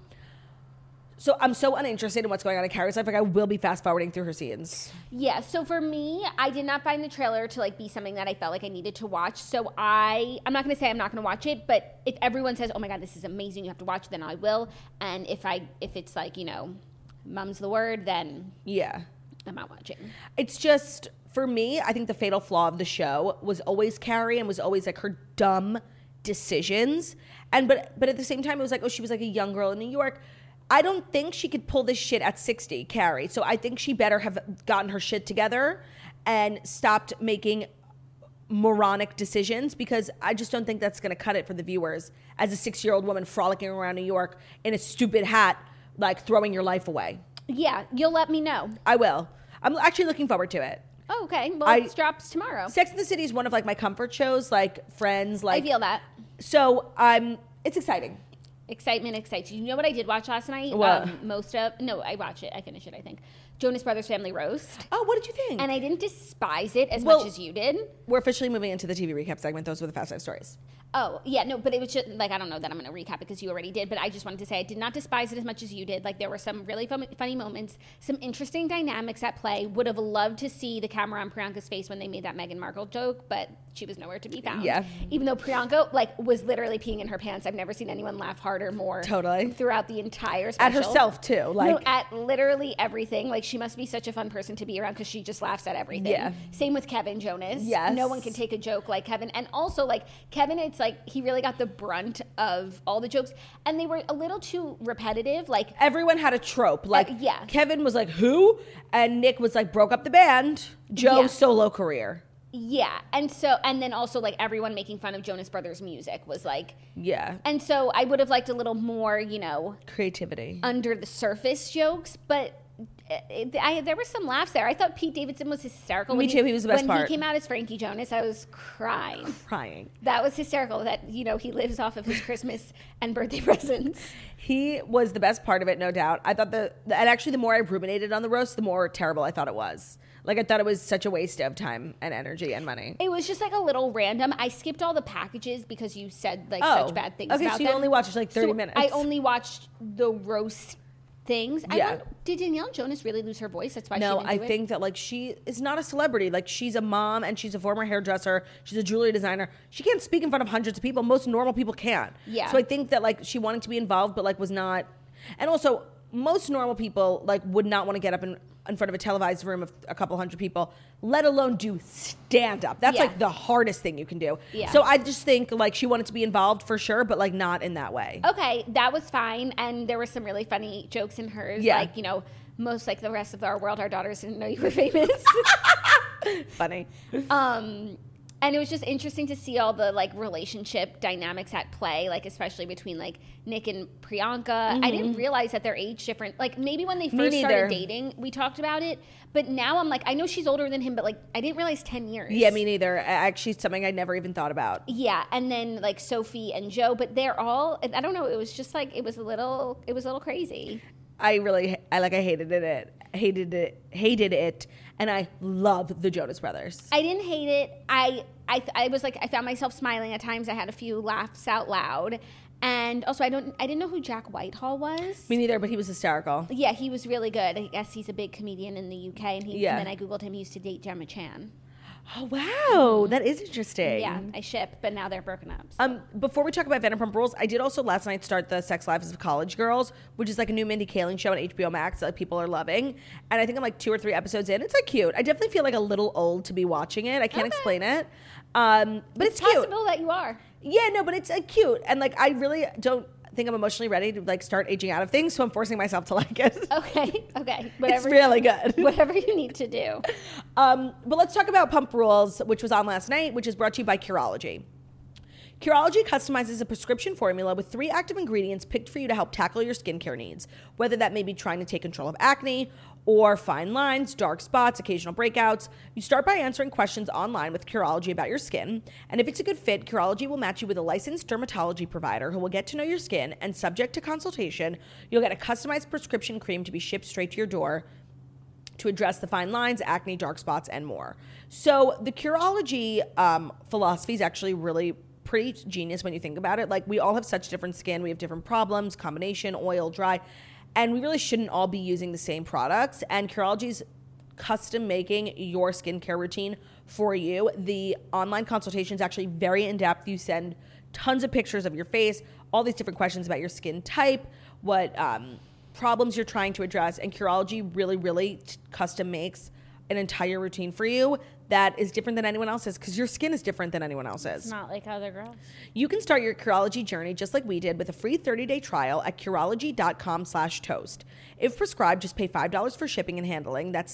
Speaker 1: so I'm so uninterested in what's going on in Carrie's life. Like I will be fast forwarding through her scenes.
Speaker 2: Yeah. So for me, I did not find the trailer to like be something that I felt like I needed to watch. So I, I'm not going to say I'm not going to watch it, but if everyone says, "Oh my god, this is amazing, you have to watch," it, then I will. And if I, if it's like you know, mum's the word, then
Speaker 1: Yeah.
Speaker 2: I'm not watching.
Speaker 1: It's just for me, I think the fatal flaw of the show was always Carrie and was always like her dumb decisions. And but but at the same time it was like, oh, she was like a young girl in New York. I don't think she could pull this shit at 60, Carrie. So I think she better have gotten her shit together and stopped making moronic decisions because I just don't think that's going to cut it for the viewers as a 6-year-old woman frolicking around New York in a stupid hat like throwing your life away.
Speaker 2: Yeah, you'll let me know.
Speaker 1: I will. I'm actually looking forward to it.
Speaker 2: Oh, okay. Well,
Speaker 1: I-
Speaker 2: it drops tomorrow.
Speaker 1: Sex in the City is one of like my comfort shows, like Friends,
Speaker 2: I
Speaker 1: like
Speaker 2: feel that.
Speaker 1: So I'm. It's exciting.
Speaker 2: Excitement excites you. You know what I did watch last night? Um,
Speaker 1: What?
Speaker 2: most of no, I watch it. I finish it. I think Jonas Brothers Family Roast,
Speaker 1: Oh, what did you think?
Speaker 2: and I didn't despise it as
Speaker 1: Well-
Speaker 2: much as you did.
Speaker 1: We're officially moving into the TV recap segment. Those were the fast five stories.
Speaker 2: Oh yeah, no, but it was just like I don't know that I'm going to recap because you already did. But I just wanted to say I did not despise it as much as you did. Like there were some really fun, funny moments, some interesting dynamics at play. Would have loved to see the camera on Priyanka's face when they made that Meghan Markle joke, but she was nowhere to be found.
Speaker 1: Yeah.
Speaker 2: even though Priyanka like was literally peeing in her pants. I've never seen anyone laugh harder, more
Speaker 1: Totally.
Speaker 2: throughout the entire special.
Speaker 1: At herself, too,
Speaker 2: no,
Speaker 1: like-
Speaker 2: at literally everything. Like she must be such a fun person to be around because she just laughs at everything.
Speaker 1: Yeah.
Speaker 2: Same with Kevin Jonas.
Speaker 1: Yes.
Speaker 2: No one can take a joke like Kevin. And also like Kevin, it's like he really got the brunt of all the jokes. And they were a little too repetitive. Like
Speaker 1: Everyone had a trope. Like,
Speaker 2: Uh, yeah.
Speaker 1: Kevin was like, who? And Nick was like, broke up the band. Joe
Speaker 2: Yeah.
Speaker 1: solo career.
Speaker 2: yeah. And so and then also like everyone making fun of Jonas Brothers music was like
Speaker 1: Yeah.
Speaker 2: and so I would have liked a little more, you know,
Speaker 1: Creativity.
Speaker 2: under the surface jokes, but eh, it, I, there were some laughs there. I thought Pete Davidson was hysterical.
Speaker 1: Me too, he was the best
Speaker 2: when
Speaker 1: part.
Speaker 2: he came out as Frankie Jonas, I was crying.
Speaker 1: Crying.
Speaker 2: That was hysterical. That you know he lives off of his Christmas and birthday presents.
Speaker 1: He was the best part of it, no doubt. I thought the, the and actually the more I ruminated on the roast, the more terrible I thought it was. Like I thought it was such a waste of time and energy and money.
Speaker 2: It was just like a little random. I skipped all the packages because you said like
Speaker 1: Oh.
Speaker 2: such bad things.
Speaker 1: Okay,
Speaker 2: about
Speaker 1: so you
Speaker 2: them.
Speaker 1: only watched, like, 30
Speaker 2: So
Speaker 1: minutes.
Speaker 2: I only watched the roast things. I
Speaker 1: Yeah.
Speaker 2: wonder, did Danielle Jonas really lose her voice? That's why she
Speaker 1: No,
Speaker 2: didn't
Speaker 1: I
Speaker 2: do it?
Speaker 1: think that like she is not a celebrity. Like she's a mom and she's a former hairdresser. She's a jewelry designer. She can't speak in front of hundreds of people. Most normal people can't.
Speaker 2: Yeah.
Speaker 1: So I think that like she wanted to be involved, but like was not. And also, most normal people like would not want to get up in in front of a televised room of a couple hundred people, let alone do stand up. That's
Speaker 2: Yeah.
Speaker 1: like the hardest thing you can do.
Speaker 2: Yeah.
Speaker 1: So I just think like she wanted to be involved for sure, but like not in that way.
Speaker 2: okay, that was fine. And there were some really funny jokes in hers.
Speaker 1: Yeah.
Speaker 2: Like, you know, most like the rest of our world, our daughters didn't know you were famous.
Speaker 1: Funny.
Speaker 2: um, and it was just interesting to see all the like relationship dynamics at play, like especially between like Nick and Priyanka. I didn't realize that their age different. Like maybe when they first
Speaker 1: Mm-hmm. neither.
Speaker 2: started dating, we talked about it. But now I'm like, I know she's older than him, but like I didn't realize ten years.
Speaker 1: Yeah, me neither. A- Actually, something I never even thought about.
Speaker 2: Yeah, and then like Sophie and Joe, but they're all. I don't know. It was just like it was a little. It was a little crazy.
Speaker 1: I really I like I hated it, it hated it hated it and I love the Jonas Brothers.
Speaker 2: I didn't hate it. I, I I was like I found myself smiling at times. I had a few laughs out loud, and also I don't I didn't know who Jack Whitehall was.
Speaker 1: Me neither, but he was hysterical.
Speaker 2: yeah, he was really good. I guess he's a big comedian in the UK, and he
Speaker 1: Yeah.
Speaker 2: and then I googled him. He used to date Gemma Chan.
Speaker 1: Oh wow, that is interesting.
Speaker 2: Yeah, I ship, but now they're broken up. so-
Speaker 1: Um, before we talk about Vanderpump Rules, I did also last night start the Sex Lives of College Girls, which is like a new Mindy Kaling show on HBO Max that like, people are loving. And I think I'm like two or three episodes in. It's like cute. I definitely feel like a little old to be watching it. I can't
Speaker 2: Okay.
Speaker 1: explain it. Um, but it's,
Speaker 2: it's
Speaker 1: cute.
Speaker 2: possible that you are.
Speaker 1: Yeah, no, but it's uh, cute, and like I really don't think I'm emotionally ready to like start aging out of things, so I'm forcing myself to like it.
Speaker 2: Okay, okay,
Speaker 1: it's
Speaker 2: whatever.
Speaker 1: really good.
Speaker 2: Whatever you need to do.
Speaker 1: um, but let's talk about Pump Rules, which was on last night, which is brought to you by Curology. Curology customizes a prescription formula with three active ingredients picked for you to help tackle your skincare needs, whether that may be trying to take control of acne or fine lines, dark spots, occasional breakouts. You start by answering questions online with Curology about your skin, and if it's a good fit, Curology will match you with a licensed dermatology provider who will get to know your skin and subject to consultation, you'll get a customized prescription cream to be shipped straight to your door to address the fine lines, acne, dark spots, and more. So the Curology um, philosophy is actually really pretty genius when you think about it. Like we all have such different skin, we have different problems, combination, oil, dry, and we really shouldn't all be using the same products. And Curology's custom making your skincare routine for you. The online consultation is actually very in depth. You send tons of pictures of your face, all these different questions about your skin type, what um, problems you're trying to address, and Curology really, really t- custom makes an entire routine for you that is different than anyone else's because your skin is different than anyone else's.
Speaker 2: Not like other girls.
Speaker 1: You can start your Curology journey just like we did with a free 30-day trial at Curology.com slash toast. If prescribed, just pay $5 for shipping and handling. That's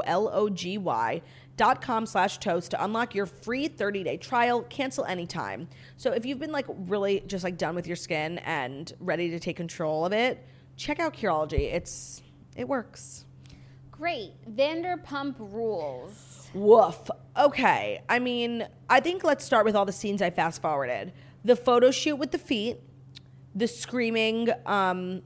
Speaker 1: C-U-R-O-L-O-G-Y dot com slash toast to unlock your free 30-day trial. Cancel anytime. So if you've been like really just like done with your skin and ready to take control of it, check out Curology. It's, it works.
Speaker 2: Great. Vanderpump rules.
Speaker 1: Woof. Okay. I mean, I think let's start with all the scenes I fast forwarded. The photo shoot with the feet, the screaming um,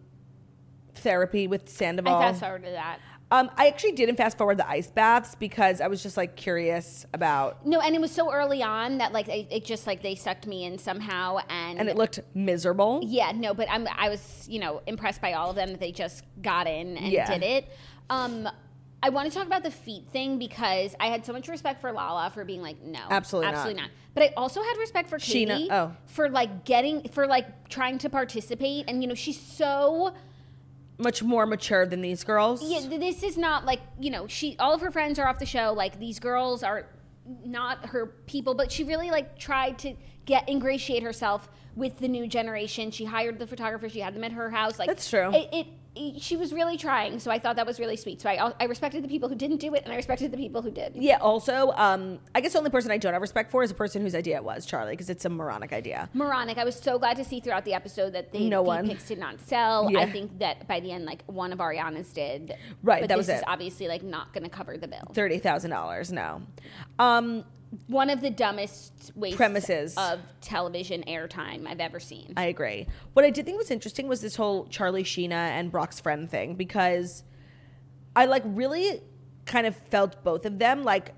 Speaker 1: therapy with Sandoval.
Speaker 2: I fast forwarded that.
Speaker 1: Um, I actually didn't fast forward the ice baths because I was just like curious about,
Speaker 2: No, and it was so early on that like it, it just like they sucked me in somehow, and,
Speaker 1: and it looked miserable.
Speaker 2: yeah, no, but I'm I was you know impressed by all of them that they just got in and
Speaker 1: Yeah.
Speaker 2: did it. Um, I want to talk about the feet thing because I had so much respect for Lala for being like no,
Speaker 1: Absolutely not.
Speaker 2: absolutely not. But I also had respect for Katie
Speaker 1: Sheena- oh.
Speaker 2: for like getting for like trying to participate, and you know she's so
Speaker 1: Much more mature than these girls.
Speaker 2: yeah, th- this is not like you know she. All of her friends are off the show. Like these girls are not her people, but she really like tried to get ingratiate herself with the new generation. She hired the photographer. She had them at her house. Like
Speaker 1: That's true.
Speaker 2: It, it, it- she was really trying. So I thought that was really sweet. So I al- I respected the people who didn't do it, and I respected the people who did.
Speaker 1: Yeah, also, um, I guess the only person I don't have respect for is the person whose idea it was, Charlie, because it's a moronic idea.
Speaker 2: Moronic, I was so glad to see throughout the episode that the
Speaker 1: No
Speaker 2: feed
Speaker 1: one.
Speaker 2: picks did not sell.
Speaker 1: Yeah.
Speaker 2: I think that by the end, like one of Ariana's did.
Speaker 1: Right,
Speaker 2: but
Speaker 1: that
Speaker 2: this
Speaker 1: was
Speaker 2: is
Speaker 1: it.
Speaker 2: obviously like not going to cover the bill.
Speaker 1: $30,000, no. Um,
Speaker 2: one of the dumbest ways
Speaker 1: Premises.
Speaker 2: of television airtime I've ever seen.
Speaker 1: I agree. What I did think was interesting was this whole Charlie Sheena and Brock's friend thing because I like really kind of felt both of them. Like,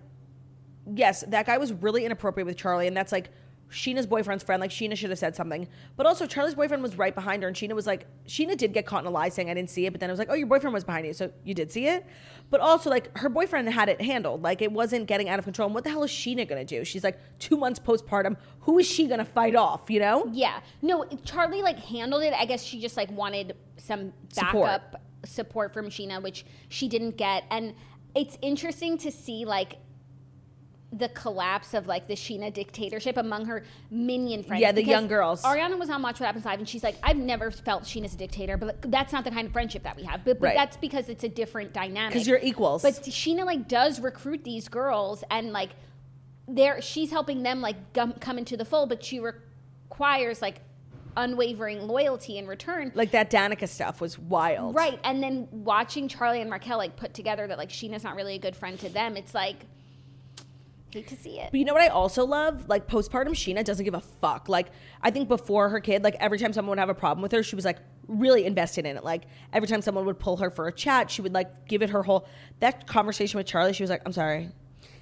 Speaker 1: yes, that guy was really inappropriate with Charlie, and that's like Sheena's boyfriend's friend. Like, Sheena should have said something. But also, Charlie's boyfriend was right behind her, and Sheena was like, Sheena did get caught in a lie saying, I didn't see it, but then it was like, oh, your boyfriend was behind you, so you did see it. But also, like, her boyfriend had it handled. Like, it wasn't getting out of control. And what the hell is Sheena gonna do? She's like two months postpartum. Who is she gonna fight off, you know?
Speaker 2: yeah. No, Charlie like handled it. I guess she just like wanted some
Speaker 1: Support.
Speaker 2: backup support, from Sheena, which she didn't get. And it's interesting to see like the collapse of like the Sheena dictatorship among her minion friends.
Speaker 1: Yeah, the
Speaker 2: Because
Speaker 1: young girls.
Speaker 2: Ariana was on Watch What Happens Live, and she's like, "I've never felt Sheena's a dictator, but like, that's not the kind of friendship that we have." But, but
Speaker 1: Right.
Speaker 2: that's because it's a different dynamic.
Speaker 1: 'Cause you're equals.
Speaker 2: But Sheena like does recruit these girls and like they're she's helping them like gum, come into the fold, but she requires like unwavering loyalty in return.
Speaker 1: like that Danica stuff was wild.
Speaker 2: right. And then watching Charlie and Raquel like put together that like Sheena's not really a good friend to them, it's like hate to see it.
Speaker 1: But you know what I also love? Like postpartum Sheena doesn't give a fuck. Like I think before her kid, like every time someone would have a problem with her, she was like really invested in it. Like every time someone would pull her for a chat, she would like give it her whole that conversation with Charlie, she was like, I'm sorry.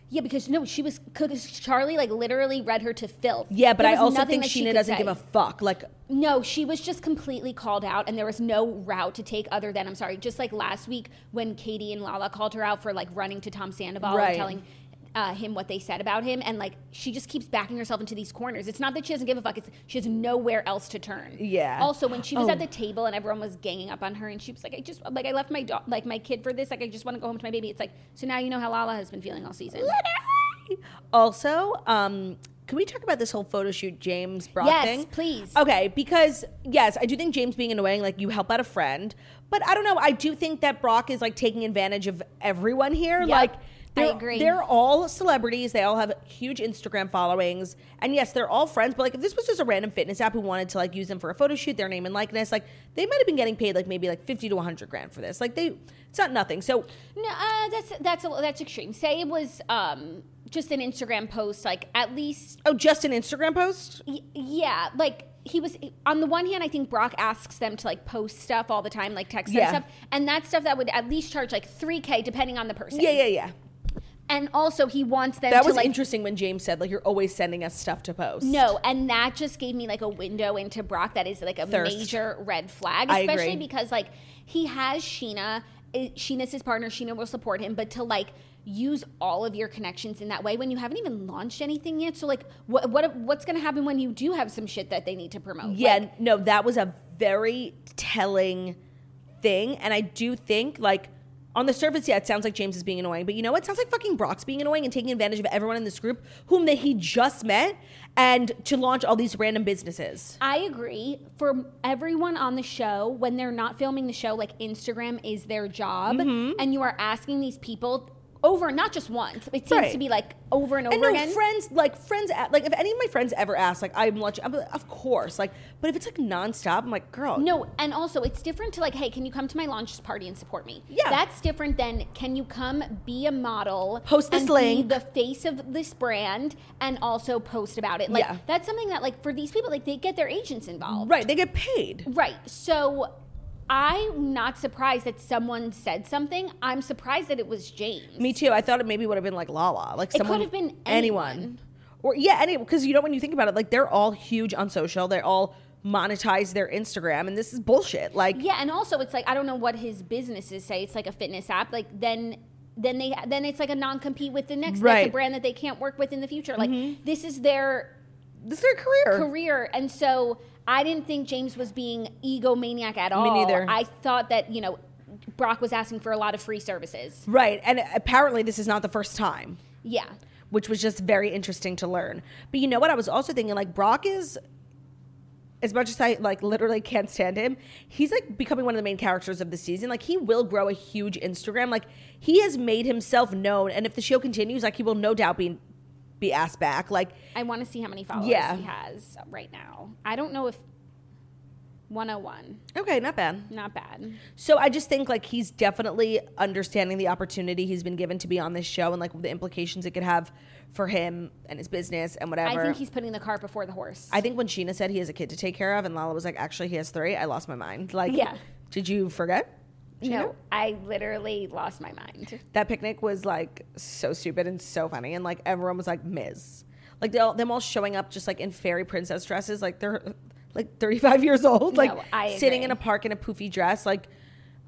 Speaker 2: Yeah, because no, she was because Charlie like literally read her to filth.
Speaker 1: Yeah, but
Speaker 2: There
Speaker 1: I
Speaker 2: was
Speaker 1: also
Speaker 2: nothing
Speaker 1: think
Speaker 2: that she
Speaker 1: Sheena
Speaker 2: could
Speaker 1: doesn't
Speaker 2: say.
Speaker 1: give a fuck. Like
Speaker 2: No, she was just completely called out, and there was no route to take other than I'm sorry. Just like last week when Katie and Lala called her out for like running to Tom Sandoval
Speaker 1: Right.
Speaker 2: and telling uh, him what they said about him, and like she just keeps backing herself into these corners. It's not that she doesn't give a fuck; it's she has nowhere else to turn.
Speaker 1: Yeah.
Speaker 2: Also, when she was
Speaker 1: Oh.
Speaker 2: at the table and everyone was ganging up on her, and she was like, "I just like I left my dog, like my kid for this. Like I just want to go home to my baby." It's like so now you know how Lala has been feeling all season.
Speaker 1: also, um, can we talk about this whole photo shoot James Brock
Speaker 2: Yes,
Speaker 1: thing?
Speaker 2: please.
Speaker 1: Okay, because yes, I do think James being annoying, like you help out a friend, but I don't know. I do think that Brock is like taking advantage of everyone here.
Speaker 2: Yep,
Speaker 1: Like,
Speaker 2: I
Speaker 1: they're,
Speaker 2: agree.
Speaker 1: They're all celebrities. They all have huge Instagram followings, and yes, they're all friends. But like, if this was just a random fitness app who wanted to like use them for a photo shoot, their name and likeness, like they might have been getting paid like maybe like fifty to one hundred grand for this. Like they, it's not nothing. So
Speaker 2: No, uh, that's that's a, that's extreme. Say it was um, just an Instagram post, like at least
Speaker 1: oh, just an Instagram post.
Speaker 2: y- yeah, like he was on the one hand, I think Brock asks them to like post stuff all the time, like text
Speaker 1: Yeah.
Speaker 2: them stuff, and that stuff that would at least charge like three k depending on the person.
Speaker 1: Yeah, yeah, yeah.
Speaker 2: And also, he wants them
Speaker 1: That
Speaker 2: to
Speaker 1: was
Speaker 2: like.
Speaker 1: interesting when James said, like, you're always sending us stuff to post.
Speaker 2: No, and that just gave me like a window into Brock that is like a
Speaker 1: Thirst.
Speaker 2: major red flag,
Speaker 1: I
Speaker 2: especially
Speaker 1: agree.
Speaker 2: because like he has Sheena. I- Sheena's his partner. Sheena will support him, but to like use all of your connections in that way when you haven't even launched anything yet. So like, what what what's gonna happen when you do have some shit that they need to promote?
Speaker 1: Yeah,
Speaker 2: Like,
Speaker 1: no, that was a very telling thing. And I do think, like, on the surface, yeah, it sounds like James is being annoying, but you know what? It sounds like fucking Brock's being annoying and taking advantage of everyone in this group whom that he just met and to launch all these random businesses.
Speaker 2: I agree. For everyone on the show,
Speaker 1: Mm-hmm.
Speaker 2: when they're not filming the show, like Instagram is their job, and you are asking these people. over, not just once. It seems
Speaker 1: Right.
Speaker 2: to be like over and over
Speaker 1: And no,
Speaker 2: again.
Speaker 1: friends like friends a- like if any of my friends ever ask like I'm lunch, I'm like, of course like but if it's like nonstop, I'm like girl,
Speaker 2: No, and also it's different to like, hey, can you come to my launch party and support me?
Speaker 1: Yeah.
Speaker 2: that's different than can you come be a model,
Speaker 1: Post this
Speaker 2: and be
Speaker 1: link.
Speaker 2: the face of this brand, and also post about it. Like
Speaker 1: Yeah.
Speaker 2: that's something that like for these people, like they get their agents involved,
Speaker 1: right? They get paid.
Speaker 2: Right. So I'm not surprised that someone said something. I'm surprised that it was James.
Speaker 1: Me too. I thought it maybe would have been like Lala, like
Speaker 2: It
Speaker 1: someone
Speaker 2: could have been anyone.
Speaker 1: or yeah, any because you know when you think about it, like they're all huge on social. They all monetize their Instagram, and this is bullshit. Like
Speaker 2: Yeah, and also it's like I don't know what his businesses say. It's like a fitness app. Like then then they then it's like a non compete with the next that's
Speaker 1: Right. Mm-hmm.
Speaker 2: a brand that they can't work with in the future. Like this is their
Speaker 1: this is their career.
Speaker 2: career. And so I didn't think James was being egomaniac at all.
Speaker 1: neither.
Speaker 2: I thought that, you know, Brock was asking for a lot of free services.
Speaker 1: Right, and apparently this is not the first time.
Speaker 2: Yeah.
Speaker 1: which was just very interesting to learn. But you know what? I was also thinking like Brock is as much as I like literally can't stand him, he's like becoming one of the main characters of the season. Like he will grow a huge Instagram. Like he has made himself known and if the show continues, like he will no doubt be be asked back. Like
Speaker 2: I want to see how many followers
Speaker 1: Yeah.
Speaker 2: he has right now. I don't know if 101.
Speaker 1: okay, not bad.
Speaker 2: Not bad.
Speaker 1: So I just think like he's definitely understanding the opportunity he's been given to be on this show and like the implications it could have for him and his business and whatever.
Speaker 2: I think he's putting the cart before the horse.
Speaker 1: I think when Sheena said he has a kid to take care of, and Lala was like, "Actually, he has three, I lost my mind. Like,
Speaker 2: Yeah.
Speaker 1: did you forget?
Speaker 2: no, I literally lost my mind.
Speaker 1: That picnic was like so stupid and so funny, and like everyone was like Ms. Like they all, them all showing up just like in fairy princess dresses, like they're like thirty five years old, like
Speaker 2: No, I
Speaker 1: sitting in a
Speaker 2: agree.
Speaker 1: park in a poofy dress, like.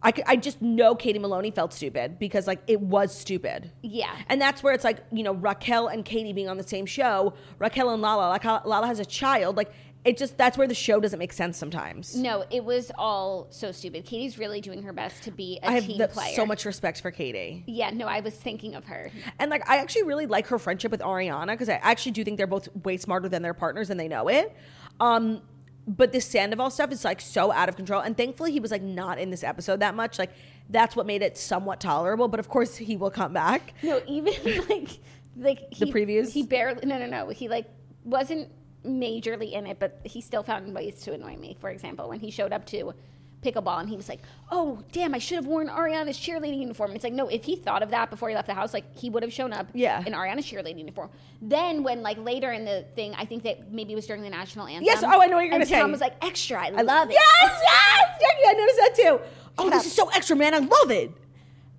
Speaker 1: I, could- I just know Katie Maloney felt stupid because like it was stupid.
Speaker 2: Yeah.
Speaker 1: And that's where it's like, you know, Raquel and Katie being on the same show, Raquel and Lala, like how Lala has a child, like it just that's where the show doesn't make sense sometimes.
Speaker 2: No, it was all so stupid. Katie's really doing her best to be a
Speaker 1: I have
Speaker 2: team
Speaker 1: the-
Speaker 2: player.
Speaker 1: so much respect for Katie.
Speaker 2: Yeah, no, I was thinking of her.
Speaker 1: And like, I actually really like her friendship with Ariana because I actually do think they're both way smarter than their partners and they know it. Um, but this Sandoval stuff is like so out of control. And thankfully, he was like not in this episode that much. Like, that's what made it somewhat tolerable. But of course, he will come back.
Speaker 2: No, even like like he,
Speaker 1: previews?
Speaker 2: He barely no no no. He like wasn't majorly in it, but he still found ways to annoy me. For example, when he showed up to pickleball and he was like, "Oh damn, I should have worn Ariana's cheerleading uniform." It's like no, if he thought of that before he left the house, like he would have shown up
Speaker 1: Yeah.
Speaker 2: in Ariana's cheerleading uniform. Then when like later in the thing, I think that maybe it was during the national anthem.
Speaker 1: Yes, oh, I know what you're
Speaker 2: and
Speaker 1: gonna say.
Speaker 2: Tom was like, "Extra, I, love it."
Speaker 1: Yes, yes, Jackie, I noticed that too. Oh, this
Speaker 2: up.
Speaker 1: is so extra, man. I love it.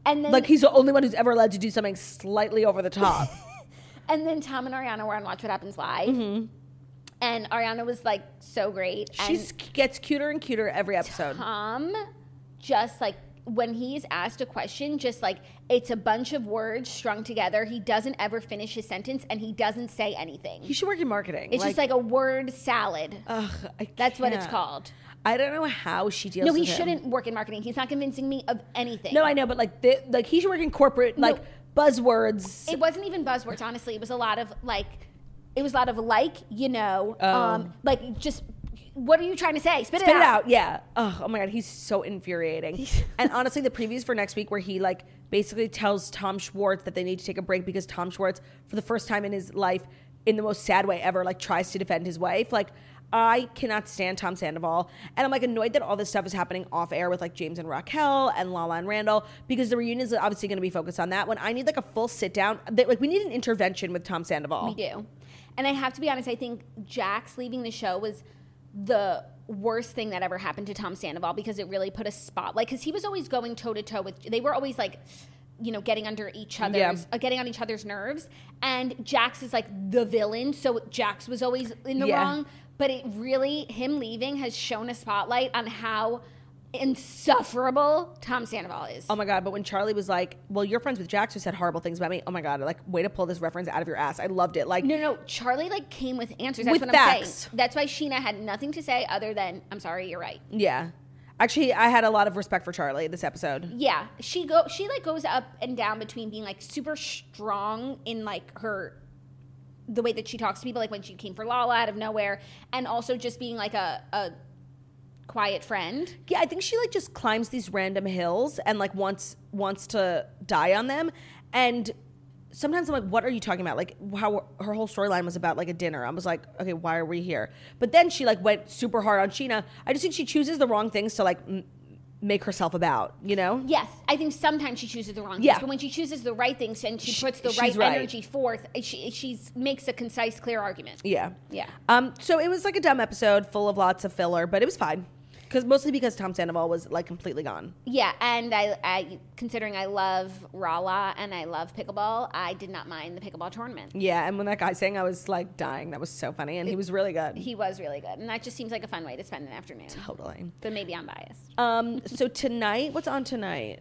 Speaker 2: And then
Speaker 1: Like, he's the only one who's ever allowed to do something slightly over the top.
Speaker 2: And then Tom and Ariana were on Watch What Happens Live.
Speaker 1: Mm-hmm.
Speaker 2: And Ariana was like so great.
Speaker 1: she gets cuter and cuter every episode.
Speaker 2: and Tom just like when he's asked a question, just like it's a bunch of words strung together. He doesn't ever finish his sentence and he doesn't say anything.
Speaker 1: He should Oh, work in marketing.
Speaker 2: it's just like a word salad.
Speaker 1: Ugh, I
Speaker 2: That's what it's
Speaker 1: can't.
Speaker 2: called.
Speaker 1: I don't know how she deals.
Speaker 2: No, he
Speaker 1: with him.
Speaker 2: shouldn't work in marketing. He's not convincing me of anything.
Speaker 1: No, I know, but like, th- like he should work in corporate, like buzzwords.
Speaker 2: It wasn't even buzzwords, honestly. It was a lot of like, it was a lot of like, you know, um, like just, what are you trying to say? Spit,
Speaker 1: Oh. Spit it out, yeah. Ugh, oh my god, he's so infuriating. and honestly, the previews for next week, where he like basically tells Tom Schwartz that they need to take a break because Tom Schwartz, for the first time in his life, in the most sad way ever, like tries to defend his wife. Like, I cannot stand Tom Sandoval, and I'm like annoyed that all this stuff is happening off air with like James and Raquel and Lala and Randall because the reunion is obviously going to be focused on that. When I need like a full sit down, that, like we need an intervention with Tom
Speaker 2: We
Speaker 1: Sandoval.
Speaker 2: do. And I have to be honest, I think Jax leaving the show was the worst thing that ever happened to Tom Sandoval because it really put a spotlight because he was always going toe to toe with they were always like you know getting under each other's
Speaker 1: Yeah.
Speaker 2: uh, getting on each other's nerves and Jax is like the villain so Jax was always in the
Speaker 1: Yeah.
Speaker 2: wrong but it really him leaving has shown a spotlight on how insufferable Tom Sandoval is.
Speaker 1: Oh my god! But when Charlie was like, "Well, you're friends with Jax, who said horrible things about me." Oh my god! Like, way to pull this reference out of your ass. I loved it. Like,
Speaker 2: No, no, Charlie like came with answers. That's
Speaker 1: With
Speaker 2: what I'm
Speaker 1: facts.
Speaker 2: saying. That's why Sheena had nothing to say other than I'm sorry, you're right.
Speaker 1: yeah. Actually, I had a lot of respect for Charlie this episode.
Speaker 2: Yeah, she go she like goes up and down between being like super strong in like her the way that she talks to people like when she came for Lala out of nowhere and also just being like a a quiet friend.
Speaker 1: Yeah, I think she like just climbs these random hills and like wants wants to die on them. And sometimes I'm like, what are you talking about? Like how her whole storyline was about like a dinner. I was like, okay, why are we here? But then she like went super hard on Sheena. I just think she chooses the wrong things to like m- make herself about. You know?
Speaker 2: Yes, I think sometimes she chooses the wrong things,
Speaker 1: Yeah.
Speaker 2: but when she chooses the right things and she
Speaker 1: She-
Speaker 2: puts the
Speaker 1: she's
Speaker 2: right,
Speaker 1: right.
Speaker 2: energy forth, she she's, makes a concise, clear argument.
Speaker 1: Yeah.
Speaker 2: Yeah.
Speaker 1: Um. So it was like a dumb episode full of lots of filler, but it was fine. Because mostly because Tom Sandoval was like completely gone.
Speaker 2: Yeah, and I, I considering I love Rala and I love pickleball, I did not mind the pickleball tournament.
Speaker 1: Yeah, and when that guy sang, I was like dying. That was so funny, and he was really good.
Speaker 2: He was really good, and that just seems like a fun way to spend an afternoon.
Speaker 1: Totally.
Speaker 2: But maybe I'm biased.
Speaker 1: Um. So tonight, what's on tonight?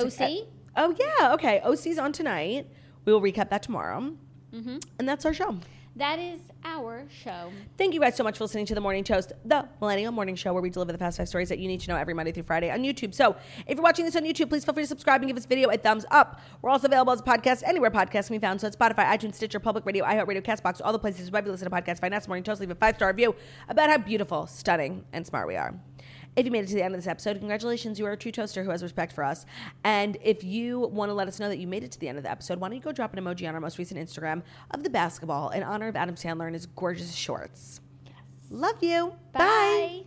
Speaker 2: OC,
Speaker 1: Oh yeah. Okay. OC's on tonight. We will recap that tomorrow. And that's our show.
Speaker 2: that is our show.
Speaker 1: Thank you guys so much for listening to The Morning Toast, the Millennial Morning Show, where we deliver the fast five stories that you need to know every Monday through Friday on YouTube. So if you're watching this on YouTube, please feel free to subscribe and give this video a thumbs up. We're also available as a podcast anywhere podcasts can be found. So it's Spotify, iTunes, Stitcher, Public Radio, iHeartRadio, Castbox, all the places where you listen to podcasts. Find us Morning Toast. Leave a five star review about how beautiful, stunning, and smart we are. If you made it to the end of this episode, congratulations. You are a true toaster who has respect for us. And if you want to let us know that you made it to the end of the episode, why don't you go drop an emoji on our most recent Instagram of the basketball in honor of Adam Sandler and his gorgeous shorts. Love you. Bye.
Speaker 2: Bye.